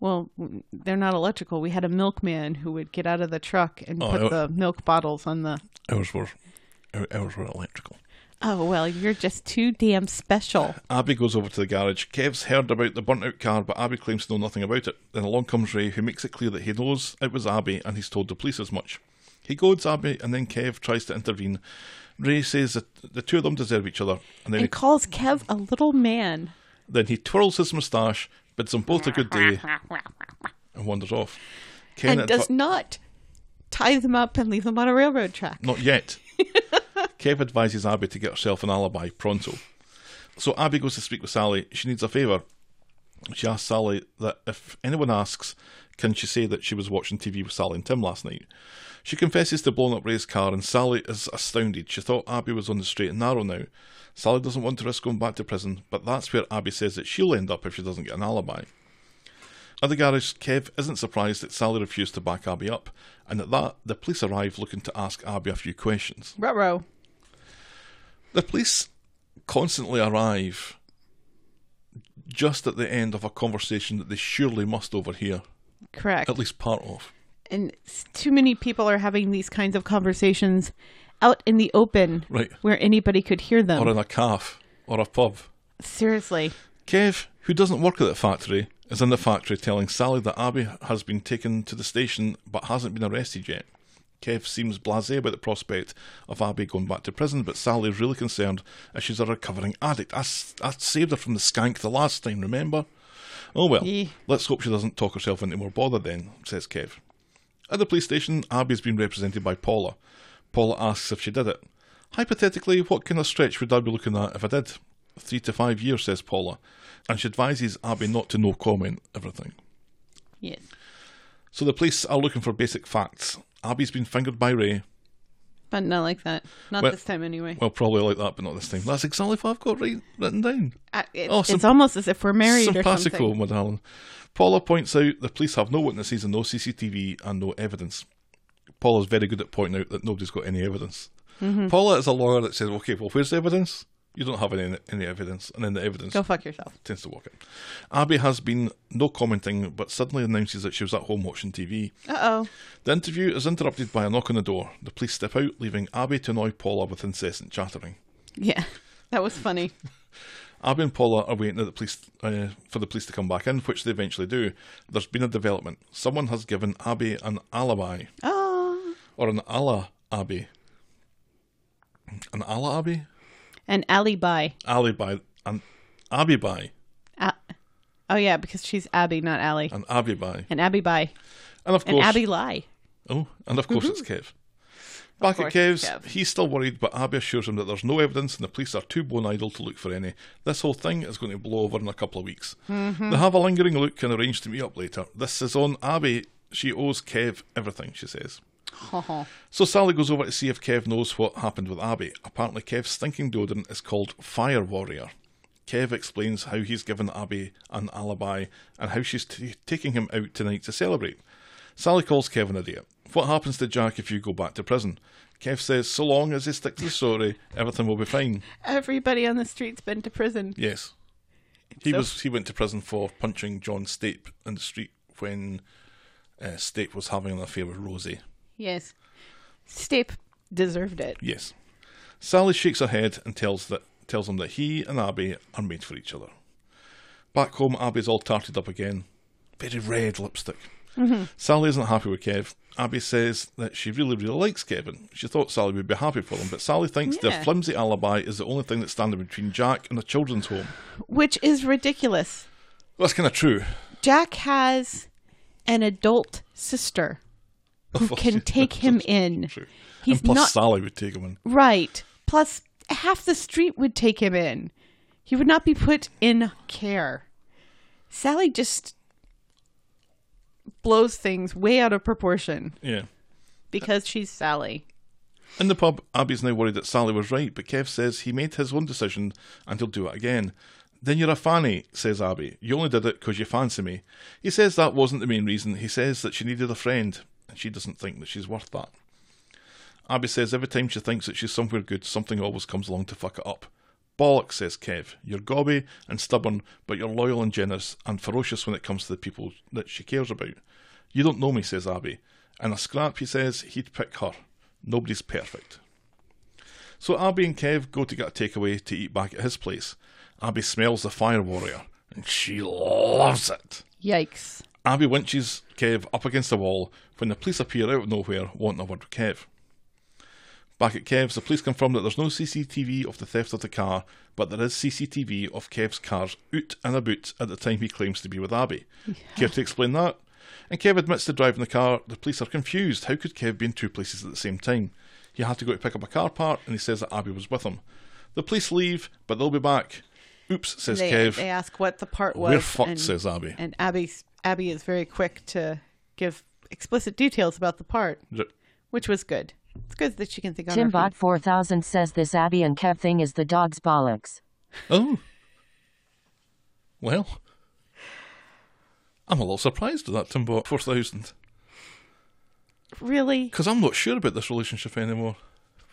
S1: Well, w- they're not electrical. We had a milkman who would get out of the truck and
S3: Oh,
S1: put
S3: I-
S1: the milk bottles on the.
S3: Ours were, our- ours were electrical.
S1: Oh, well, you're just too damn special.
S3: Abby goes over to the garage. Kev's heard about the burnt out car, but Abby claims to know nothing about it. Then along comes Ray, who makes it clear that he knows it was Abby and he's told the police as much. He goads Abby and then Kev tries to intervene. Ray says that the two of them deserve each other, and then,
S1: And
S3: he,
S1: calls Kev a little man.
S3: then he twirls his moustache, bids them both a good day, and wanders off. Ken
S1: and
S3: at
S1: does
S3: fir-
S1: not tie them up and leave them on a railroad track.
S3: Not yet. Kev advises Abby to get herself an alibi pronto. So Abby goes to speak with Sally. She needs a favour. She asks Sally that if anyone asks, can she say that she was watching TV with Sally and Tim last night? She confesses to blowing up Ray's car, and Sally is astounded. She thought Abby was on the straight and narrow now. Sally doesn't want to risk going back to prison, but that's where Abby says that she'll end up if she doesn't get an alibi. At the garage, Kev isn't surprised that Sally refused to back Abby up, and at that, the police arrive looking to ask Abby a few questions.
S1: Ruh-roh.
S3: The police constantly arrive just at the end of a conversation that they surely must overhear,
S1: Correct.
S3: at least part of.
S1: and s- too many people are having these kinds of conversations out in the open
S3: Right.
S1: where anybody could hear them.
S3: Or in a calf, or a pub.
S1: Seriously.
S3: Kev, who doesn't work at the factory, is in the factory telling Sally that Abby has been taken to the station but hasn't been arrested yet. Kev seems blasé about the prospect of Abby going back to prison, but Sally is really concerned as she's a recovering addict. I, s- I saved her from the skank the last time, remember? Oh well,
S1: Yee.
S3: let's hope she doesn't talk herself into more bother then, says Kev. At the police station, Abby's been represented by Paula. Paula asks if she did it. Hypothetically, what kind of stretch would I be looking at if I did? Three to five years, says Paula, and she advises Abby not to no comment everything.
S1: Yes.
S3: So the police are looking for basic facts. Abby's been fingered by Ray.
S1: But not like that. Not
S3: Well-
S1: this time anyway.
S3: Well, probably like that, but not this time. That's exactly what I've got right, written down.
S1: I- Uh, it-
S3: oh,
S1: it's
S3: some-
S1: almost as if we're married or
S3: Simpatico,
S1: something.
S3: my darling. Paula points out the police have no witnesses and no CCTV and no evidence. Paula's very good at pointing out that nobody's got any evidence.
S1: Mm-hmm.
S3: Paula is a lawyer that says, okay, well, where's the evidence? You don't have any, any evidence. And then the evidence
S1: Go fuck yourself.
S3: tends to walk in. Abby has been no commenting, but suddenly announces that she was at home watching TV.
S1: Uh oh.
S3: The interview is interrupted by a knock on the door. The police step out, leaving Abby to annoy Paula with incessant chattering.
S1: Yeah. That was funny.
S3: Abby and Paula are waiting at the police uh, for the police to come back in, which they eventually do. There's been a development. Someone has given Abby an alibi
S1: Oh.
S3: or an ala Abby, an ala Abby,
S1: And Alibi.
S3: alibi, an Abby by,
S1: A- oh, yeah, because she's Abby, not Allie.
S3: an Abby by,
S1: And Abby by.
S3: and Uh, of
S1: And
S3: course,
S1: Abby Lie.
S3: oh, and of course it's Kev. Back at
S1: Mm-hmm. course
S3: Kev's,
S1: it's Kev.
S3: he's still worried, but Abby assures him that there's no evidence and the police are too bone idle to look for any. This whole thing is going to blow over in a couple of weeks.
S1: Mm-hmm.
S3: They have a lingering look and arrange to meet up later. This is on Abby. She owes Kev everything, she says. So Sally goes over to see if Kev knows what happened with Abby. Apparently, Kev's stinking deodorant is called Fire Warrior. Kev explains how he's given Abby an alibi and how she's t- taking him out tonight to celebrate. Sally calls Kev an idiot. What happens to Jack if you go back to prison? Kev says, so long as they stick to the story, everything will be fine.
S1: Everybody on the street's been to prison.
S3: Yes. He was he went to prison for punching John Stape in the street when uh, Stape was having an affair with Rosie.
S1: Yes. Stape deserved it.
S3: Yes. Sally shakes her head and tells that tells him that he and Abby are made for each other. Back home, Abby's all tarted up again, very red lipstick.
S1: Mm-hmm.
S3: Sally isn't happy with Kev. Abby says that she really, really likes Kevin. She thought Sally would be happy for him, but Sally thinks their
S1: Yeah.
S3: flimsy alibi is the only thing that's standing between Jack and a children's home.
S1: Which is ridiculous.
S3: Well, that's kind of true.
S1: Jack has an adult sister who can take him in.
S3: True.
S1: He's
S3: and plus,
S1: not
S3: Sally would take him in.
S1: right. Plus, half the street would take him in. He would not be put in care. Sally just blows things way out of proportion
S3: Yeah.
S1: because she's Sally.
S3: In the pub, Abby's now worried that Sally was right, but Kev says he made his own decision and he'll do it again. Then you're a fanny, says Abby. You only did it 'cause you fancy me. He says that wasn't the main reason. He says that she needed a friend, and she doesn't think that she's worth that. Abby says every time she thinks that she's somewhere good, something always comes along to fuck it up. Bollocks, says Kev. You're gobby and stubborn, but you're loyal and generous and ferocious when it comes to the people that she cares about. You don't know me, says Abby. And a scrap, he says, he'd pick her. Nobody's perfect. So Abby and Kev go to get a takeaway to eat back at his place. Abby smells the fire warrior, and she loves it.
S5: Yikes.
S3: Abby winches Kev up against the wall when the police appear out of nowhere wanting a word with Kev. Back at Kev's, the police confirm that there's no CCTV of the theft of the car, but there is CCTV of Kev's cars out and about at the time he claims to be with Abby. Care to explain that? And Kev admits to driving the car. The police are confused. How could Kev be in two places at the same time? He had to go to pick up a car part, and he says that Abby was with him. The police leave, but they'll be back. Oops, says
S1: they,
S3: Kev.
S1: they ask what the part was.
S3: We're fucked,
S1: and,
S3: says Abby.
S1: And Abby's, Abby is very quick to give explicit details about the part,
S3: R-
S1: which was good. It's good that she can think on her feet.
S4: Timbot4000 says this Abby and Kev thing is the dog's bollocks.
S3: Oh. Well. I'm a little surprised at that, Timbot 4000.
S1: Really?
S3: Because I'm not sure about this relationship anymore.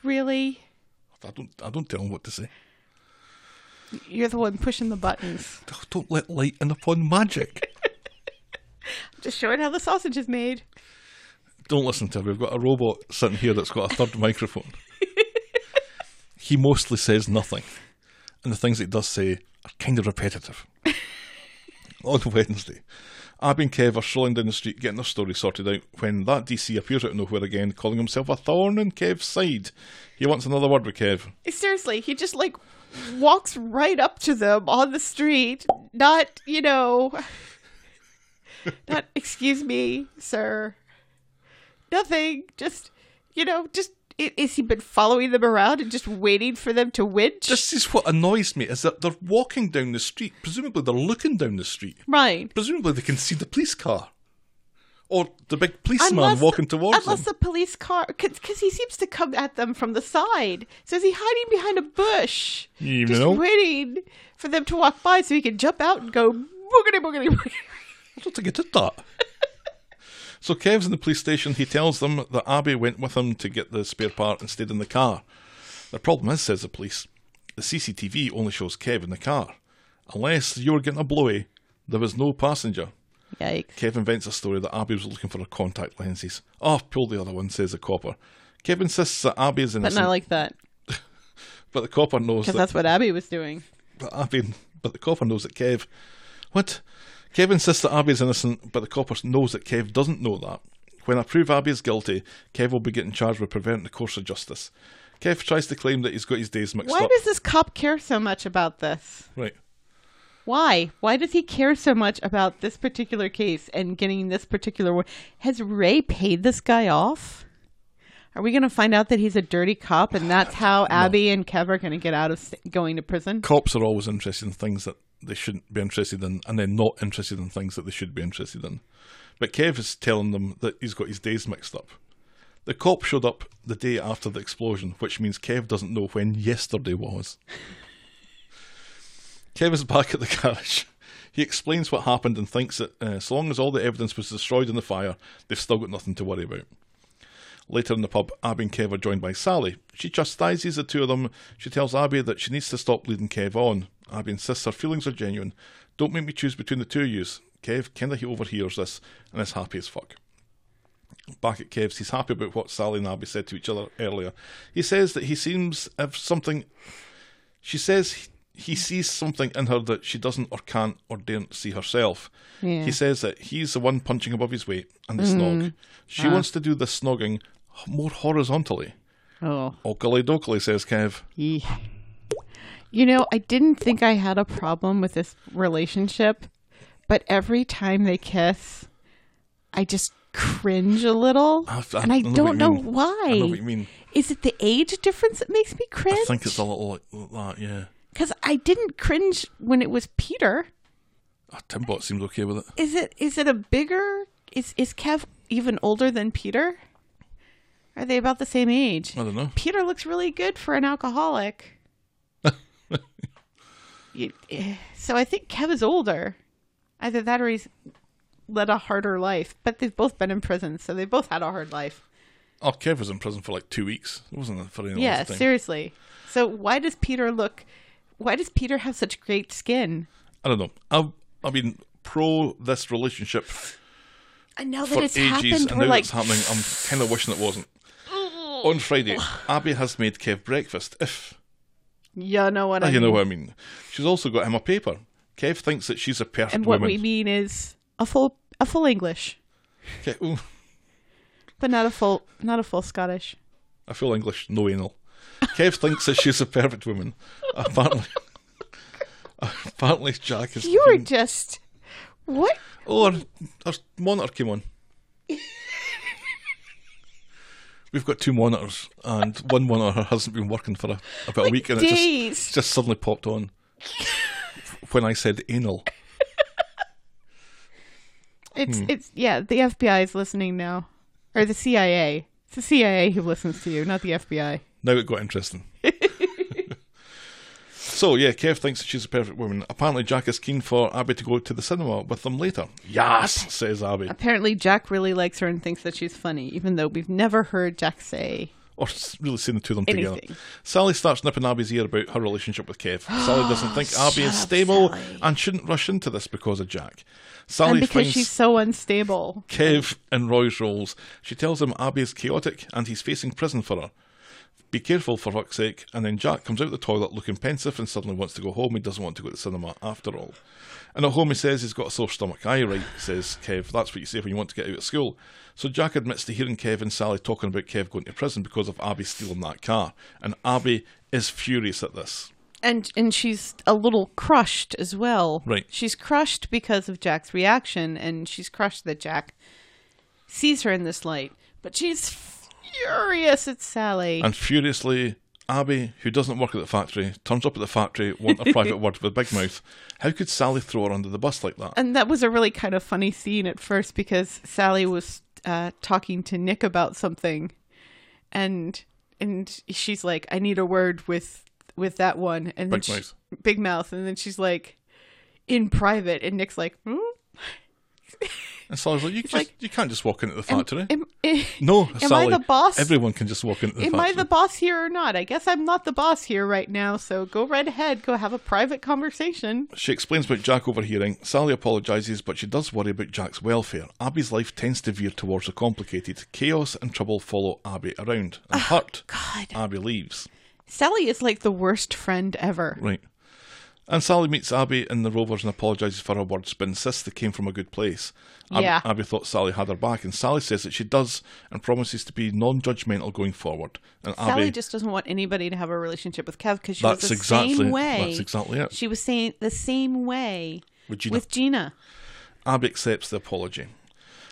S1: Really?
S3: I don't, I don't tell him what to say.
S1: You're the one pushing the buttons.
S3: Don't let light in upon magic.
S1: Just showing how the sausage is made.
S3: don't listen to her. We've got a robot sitting here that's got a third microphone. He mostly says nothing. And the things that he does say are kind of repetitive. On Wednesday, Abby and Kev are strolling down the street getting their story sorted out when that DC appears out of nowhere again, calling himself a thorn in Kev's side. He wants another word with Kev.
S1: Seriously, he just like walks right up to them on the street. Not, you know, not, excuse me, sir. Nothing. Just, you know, just, i- is he been following them around and just waiting for them to winch?
S3: This is what annoys me, is that they're walking down the street. Presumably they're looking down the street.
S1: right.
S3: Presumably they can see the police car. Or the big policeman walking towards them.
S1: unless the police car, because he seems to come at them from the side. So is he hiding behind a bush,
S3: You
S1: just
S3: know.
S1: waiting for them to walk by so he can jump out and go boogity boogity? boogity.
S3: I don't think I did that. so Kev's in the police station. He tells them that Abby went with him to get the spare part and stayed in the car. The problem is, says the police, the CCTV only shows Kev in the car. Unless you were getting a blowy, there was no passenger.
S1: Yikes!
S3: Kev invents a story that Abby was looking for her contact lenses. Oh, pull the other one, says the copper. Kev insists that Abby is
S1: But
S3: innocent,
S1: not like that,
S3: but the copper knows
S1: because
S3: that
S1: that's what Abby was doing.
S3: but Abby, but the copper knows that Kev. What? Kev insists that Abby is innocent, but the copper knows that Kev doesn't know that. When I prove Abby is guilty, Kev will be getting charged with preventing the course of justice. Kev tries to claim that he's got his days mixed
S1: Why
S3: up.
S1: does this cop care so much about this?
S3: right.
S1: Why? Why does he care so much about this particular case and getting this particular one? Has Ray paid this guy off? Are we going to find out that he's a dirty cop and that's how Abby and Kev are going to get out of st- going to prison?
S3: Cops are always interested in things that they shouldn't be interested in, and then not interested in things that they should be interested in. But Kev is telling them that he's got his days mixed up. The cop showed up the day after the explosion, which means Kev doesn't know when yesterday was. Kev is back at the garage. He explains what happened and thinks that uh, so long as all the evidence was destroyed in the fire, they've still got nothing to worry about. Later in the pub, Abby and Kev are joined by Sally. She chastises the two of them. She tells Abby that she needs to stop leading Kev on. Abby insists her feelings are genuine. Don't make me choose between the two of yous. Kev kinda he overhears this and is happy as fuck. Back at Kev's, he's happy about what Sally and Abby said to each other earlier. He says that he seems of something. She says he- he sees something in her that she doesn't or can't or daren't see herself. He says that he's the one punching above his weight and the
S1: Mm-hmm.
S3: snog.
S1: Ah.
S3: She wants to do the snogging h- more horizontally.
S1: Oh,
S3: Oakley dokley, says Kev.
S1: yeah. You know, I didn't think I had a problem with this relationship, but every time they kiss, I just cringe a little,
S3: I- I
S1: and I
S3: know what
S1: don't
S3: you
S1: know
S3: mean.
S1: why.
S3: I know what you mean.
S1: Is it the age difference that makes me cringe?
S3: I think it's a little like that, yeah.
S1: because I didn't cringe when it was Peter.
S3: Oh, Timbot seems okay with it.
S1: Is it is it a bigger is is Kev even older than Peter? Are they about the same age?
S3: I don't know.
S1: Peter looks really good for an alcoholic. You- eh, so I think Kev is older. Either that or he's led a harder life. But they've both been in prison, so they both had a hard life.
S3: Oh, Kev was in prison for like two weeks. It wasn't for any length
S1: yeah,
S3: of time.
S1: seriously. So why does Peter look Why does Peter have such great skin?
S3: I don't know. I, I mean, pro this relationship
S1: And now that
S3: for
S1: Oh, it's
S3: ages,
S1: happened,
S3: and
S1: we're
S3: now
S1: like,
S3: it's happening. I'm kind of wishing it wasn't. On Friday, Abby has made Kev breakfast. If
S1: you know what I
S3: you
S1: mean.
S3: know what I mean. She's also got him a paper. Kev thinks that she's a perfect
S1: and what
S3: woman.
S1: we mean is a full a full English,
S3: Ke- ooh,
S1: but not a full not a full Scottish.
S3: I feel English, no anal. Kev thinks that she's a perfect woman. Apparently, apparently Jack has.
S1: You are
S3: been-
S1: just what?
S3: Oh, our, our monitor came on. We've got two monitors, and one monitor hasn't been working for a, about a week, and it
S1: days.
S3: just, just suddenly popped on when I said anal.
S1: It's it's yeah. The FBI is listening now, or the CIA. It's the CIA who listens to you, not the FBI.
S3: Now it got interesting. so yeah, Kev thinks that she's a perfect woman. Apparently, Jack is keen for Abby to go to the cinema with them later. Yes, says Abby,
S1: Apparently, Jack really likes her and thinks that she's funny, even though we've never heard Jack say
S3: or s- really seeing the two of them
S1: Anything.
S3: together. Sally starts nipping Abby's ear about her relationship with Kev. Sally doesn't think Abby is stable and shouldn't rush into this because of Jack. Sally
S1: and because
S3: finds
S1: she's so unstable.
S3: Kev in Roy's roles. She tells him Abby is chaotic and he's facing prison for her. Be careful for fuck's sake. And then Jack comes out the toilet looking pensive and suddenly wants to go home. He doesn't want to go to the cinema after all. And at home he says he's got a sore stomach. Aye, right, says Kev. That's what you say when you want to get out of school. So Jack admits to hearing Kev and Sally talking about Kev going to prison because of Abby stealing that car. And Abby is furious at this.
S1: and and she's a little crushed as well.
S3: Right.
S1: She's crushed because of Jack's reaction, and she's crushed that Jack sees her in this light. But she's furious at Sally.
S3: And furiously, Abby, who doesn't work at the factory, turns up at the factory, want a private word with Big Mouth. How could Sally throw her under the bus like that?
S1: and that was a really kind of funny scene at first because Sally was uh, talking to Nick about something, and and she's like, "I need a word with with that one," and then
S3: Big
S1: she-
S3: Mouth.
S1: big mouth, and then she's like, "In private," and Nick's like, "Hmm."
S3: And Sally's like, you, just,
S1: like,
S3: you can't just walk into the factory.
S1: Am- eh,
S3: no,
S1: am
S3: Sally.
S1: I the boss?
S3: Everyone can just walk into the
S1: Am
S3: factory.
S1: I the boss here or not? I guess I'm not the boss here right now, so go right ahead. Go have a private conversation.
S3: She explains about Jack overhearing. Sally apologises, but she does worry about Jack's welfare. Abby's life tends to veer towards the complicated. Chaos and trouble follow Abby around. And hurt,
S1: God.
S3: Abby leaves.
S1: Sally is like the worst friend ever.
S3: Right. And Sally meets Abby in the Rovers and apologises for her words, but insists they came from a good place. Ab-
S1: Yeah.
S3: Abby thought Sally had her back, and Sally says that she does and promises to be non judgmental going forward. And
S1: Sally
S3: Abby.
S1: just doesn't want anybody to have a relationship with Kev because she was
S3: that's
S1: the
S3: exactly
S1: same way.
S3: that's exactly it.
S1: She was saying the same way
S3: With Gina.
S1: with Gina.
S3: Abby accepts the apology.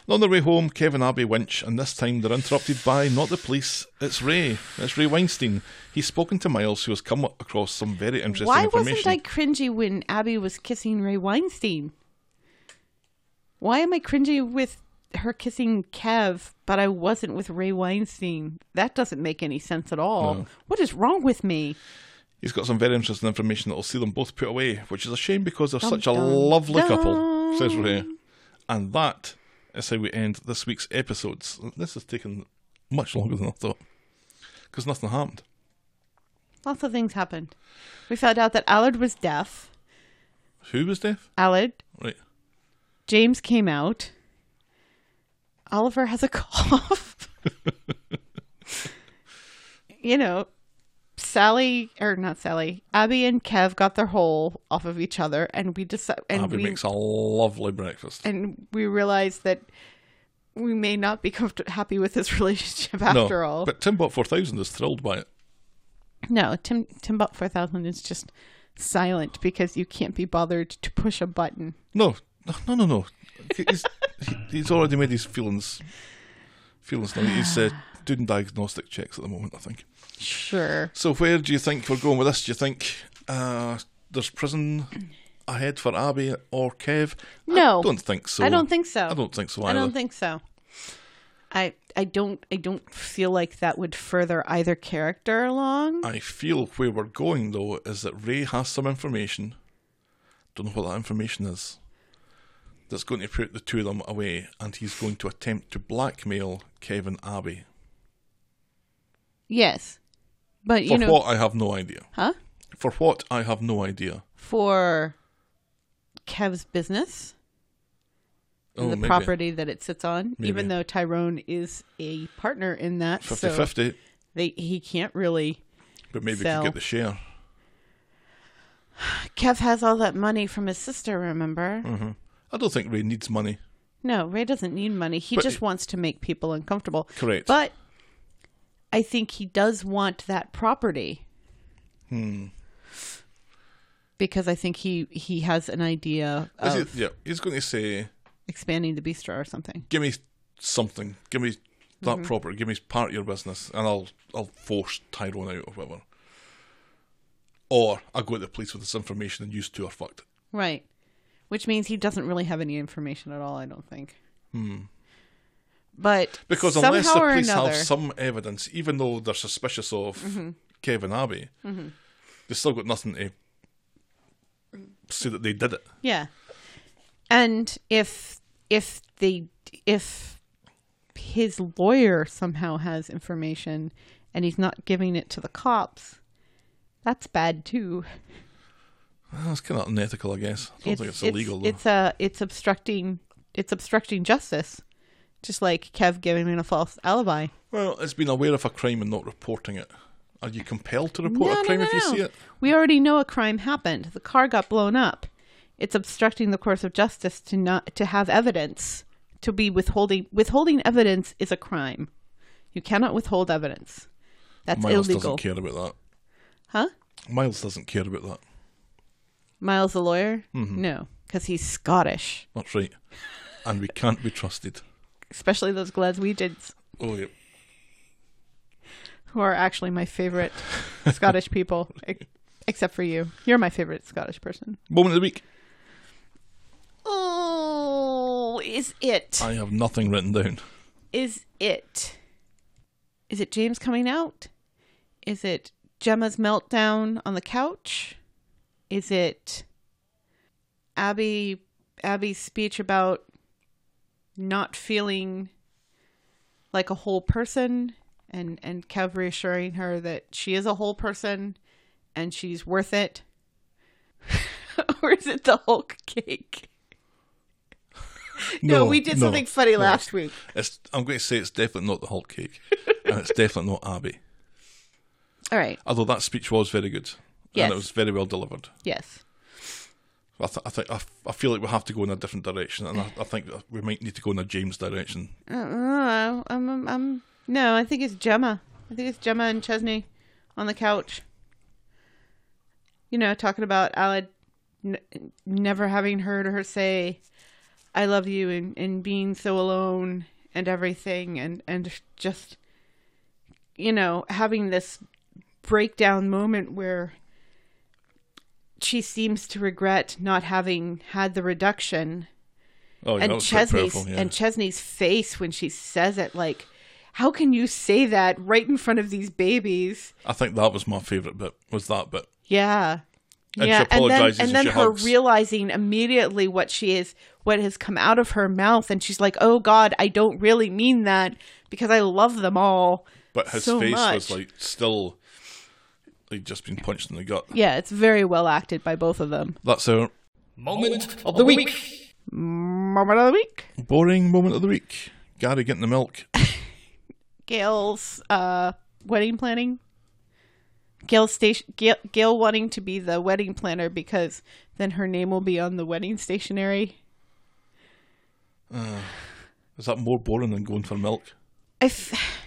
S3: And on their way home, Kevin and Abby winch, and this time they're interrupted by not the police, it's Ray. It's Ray Weinstein. He's spoken to Miles, who has come across some very interesting
S1: Why
S3: information.
S1: wasn't I cringy when Abby was kissing Ray Weinstein? Why am I cringy with her kissing Kev, but I wasn't with Ray Weinstein? That doesn't make any sense at all. What is wrong with me?
S3: He's got some very interesting information that will see them both put away, which is a shame because they're such a
S1: dum,
S3: lovely couple,
S1: dum.
S3: says Ray. And that is how we end this week's episodes. This has taken much longer than I thought because nothing happened.
S1: Lots of things happened. We found out that Allard was deaf.
S3: Who was deaf?
S1: Allard,
S3: Right.
S1: James came out. Oliver has a cough. you know, Sally or not Sally, Abby and Kev got their hole off of each other, and we decided, and
S3: Abby
S1: we
S3: makes a lovely breakfast.
S1: and we realized that we may not be comfort- happy with this relationship after
S3: no,
S1: all.
S3: But Timbot 4000 is thrilled by it.
S1: No, Tim Timbuk four thousand is just silent because you can't be bothered to push a button.
S3: No, no, no, no. no. He's, he- he's already made his feelings. Feelings now. He's uh, doing diagnostic checks at the moment, I think.
S1: Sure.
S3: So where do you think we're going with this? Do you think uh, there's prison ahead for Abby or Kev?
S1: No.
S3: I don't think so.
S1: I don't think so.
S3: I don't think so
S1: I
S3: either.
S1: don't think so. I I don't I don't feel like that would further either character along.
S3: I feel where we're going though is that Ray has some information. Don't know what that information is. That's going to put the two of them away, and he's going to attempt to blackmail Kevin Abby.
S1: Yes, but you
S3: For
S1: know,
S3: what I have no idea.
S1: huh?
S3: For what? I have no idea.
S1: for Kev's business and
S3: Oh,
S1: the
S3: maybe.
S1: property that it sits on,
S3: Maybe.
S1: even though Tyrone is a partner in that.
S3: 50
S1: so
S3: 50,
S1: they, he can't really.
S3: but maybe we
S1: Sell.
S3: could get the share.
S6: Kev has all that money from his sister,
S3: Mm.
S6: remember?
S3: I don't think Ray needs money.
S1: No, Ray doesn't need money. He
S3: But-
S1: just wants to make people uncomfortable.
S3: Correct.
S1: But I think he does want that property.
S3: Hmm.
S1: Because I think he he has an idea
S3: Is
S1: of
S3: he- yeah, he's going to say,
S1: expanding the bistro or something.
S3: give me something, give me that
S1: Mm-hmm.
S3: property, give me part of your business, and I'll I'll force Tyrone out or whatever. Or I'll go to the police with this information and you two are fucked.
S1: Right. Which means he doesn't really have any information at all, I don't think. But
S3: Hmm. Because
S1: somehow
S3: unless the
S1: or
S3: police
S1: another, Mm-hmm.
S3: have some evidence, even though they're suspicious of Kevin Abbey, they've still got nothing to say that they did it.
S1: yeah. And if if they if his lawyer somehow has information and he's not giving it to the cops, that's bad too.
S3: That's kind of Ah, unethical, I guess. I don't think it's illegal, though.
S1: It's uh, it's obstructing it's obstructing justice. Just like Kev giving him a false alibi.
S3: Well, it's been aware of a crime and not reporting it. Are you compelled to report a crime if you see it?
S1: We already know a crime happened. The car got blown up. It's obstructing the course of justice to not to have evidence. To be withholding withholding evidence is a crime. You cannot withhold evidence. That's
S3: Miles
S1: illegal.
S3: doesn't care about
S1: Huh?
S3: that. Miles doesn't care about that.
S1: Miles the lawyer?
S3: Mm-hmm.
S1: No, cuz he's Scottish,
S3: That's right. And we can't be trusted.
S1: especially those Glaswegians
S3: Oh, yeah.
S1: who are actually my favorite Scottish people ex- except for you. You're my favorite Scottish person.
S3: Moment of the week.
S1: Oh, is it?
S3: I have nothing written down.
S1: is it? Is it James coming out? Is it Gemma's meltdown on the couch? Is it Abby Abby's speech about not feeling like a whole person and and Kev reassuring her that she is a whole person and she's worth it? or is it the Hulk cake? No, we did
S3: no,
S1: something funny
S3: no.
S1: last week.
S3: It's, I'm going to say it's definitely not the Hulk cake. and it's definitely not Abby.
S1: All right.
S3: Although that speech was very good.
S1: Yes.
S3: And it was very well delivered.
S1: Yes.
S3: I, th- I, think I, f- I feel like we have to go in a different direction. And I, I think that we might need to go in a James direction.
S1: Uh, I'm, I'm, I'm, no, I think it's Gemma. I think it's Gemma and Chesney on the couch. You know, talking about Alad n- never having heard her say, I love you and, and being so alone and everything. And, and just, you know, having this breakdown moment where she seems to regret not having had the reduction
S3: Oh, yeah, that
S1: and
S3: was quite
S1: Chesney's
S3: powerful, yeah.
S1: and Chesney's face when she says it, like, how can you say that right in front of these babies?
S3: I think that was my favourite bit, was that bit.
S1: Yeah,
S3: And
S1: yeah,
S3: she
S1: and then
S3: apologises
S1: and then
S3: she
S1: her
S3: hugs.
S1: realizing immediately what she is, what has come out of her mouth, and she's like, oh God, I don't really mean that because I love them all.
S3: But his
S1: so
S3: face
S1: much.
S3: was like still like just been punched in the gut.
S1: Yeah, it's very well acted by both of them.
S3: That's our
S7: Moment of the week.
S1: Moment of the week.
S3: boring moment of the week. Gary getting the milk.
S1: Gail's uh, wedding planning. Gail station Gail, Gail wanting to be the wedding planner because then her name will be on the wedding stationery.
S3: Is that more boring than going for milk?
S1: I, f-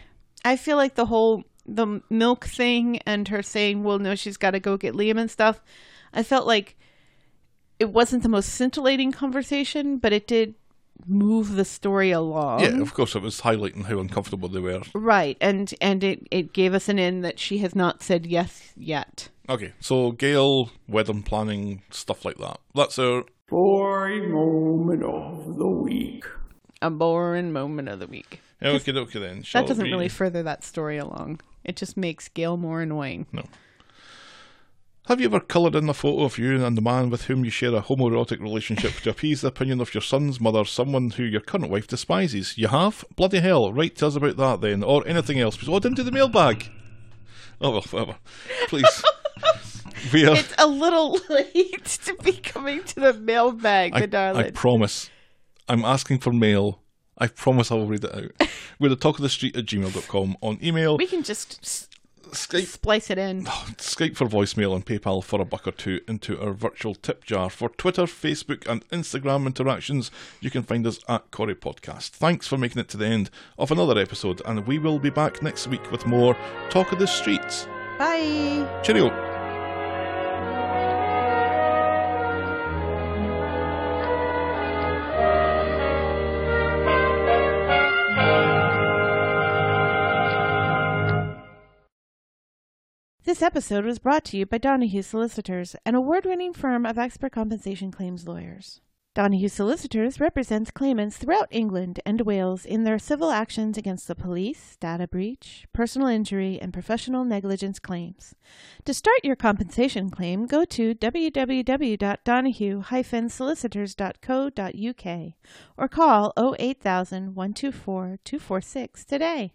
S1: I feel like the whole the milk thing and her saying, "Well, no, she's got to go get Liam and stuff." I felt like it wasn't the most scintillating conversation, but it did move the story along.
S3: yeah, of course it was highlighting how uncomfortable they were.
S1: Right, and and it it gave us an in that she has not said yes yet.
S3: Okay, so Gail, wedding planning, stuff like that. That's our
S8: Boring moment of the week.
S1: A boring moment of the week.
S3: okay, okay then. shall
S1: That doesn't
S3: we-
S1: really further that story along. It just makes Gail more annoying.
S3: No. Have you ever coloured in a photo of you and the man with whom you share a homoerotic relationship to appease the opinion of your son's mother, someone who your current wife despises? You have? Bloody hell, write to us about that then, or anything else. Please, oh, it into the mailbag. Oh, well, whatever. Please. We are.
S9: It's a little late to be coming to the mailbag,
S3: I,
S9: my darling.
S3: I promise. I'm asking for mail. I promise I will read it out. We're the talk of the street at gmail.com on email,
S9: we can just s-
S3: Skype,
S9: splice it in.
S3: Skype for voicemail, and PayPal for a buck or two into our virtual tip jar. For Twitter, Facebook, and Instagram interactions, you can find us at Corey Podcast. Thanks for making it to the end of another episode, and we will be back next week with more Talk of the Streets.
S9: Bye.
S3: Cheerio.
S1: This episode was brought to you by Donahue Solicitors, an award winning firm of expert compensation claims lawyers. Donahue Solicitors represents claimants throughout England and Wales in their civil actions against the police, data breach, personal injury, and professional negligence claims. To start your compensation claim, go to oh www.donahue-solicitors.co.uk or call 08000 124 246 today.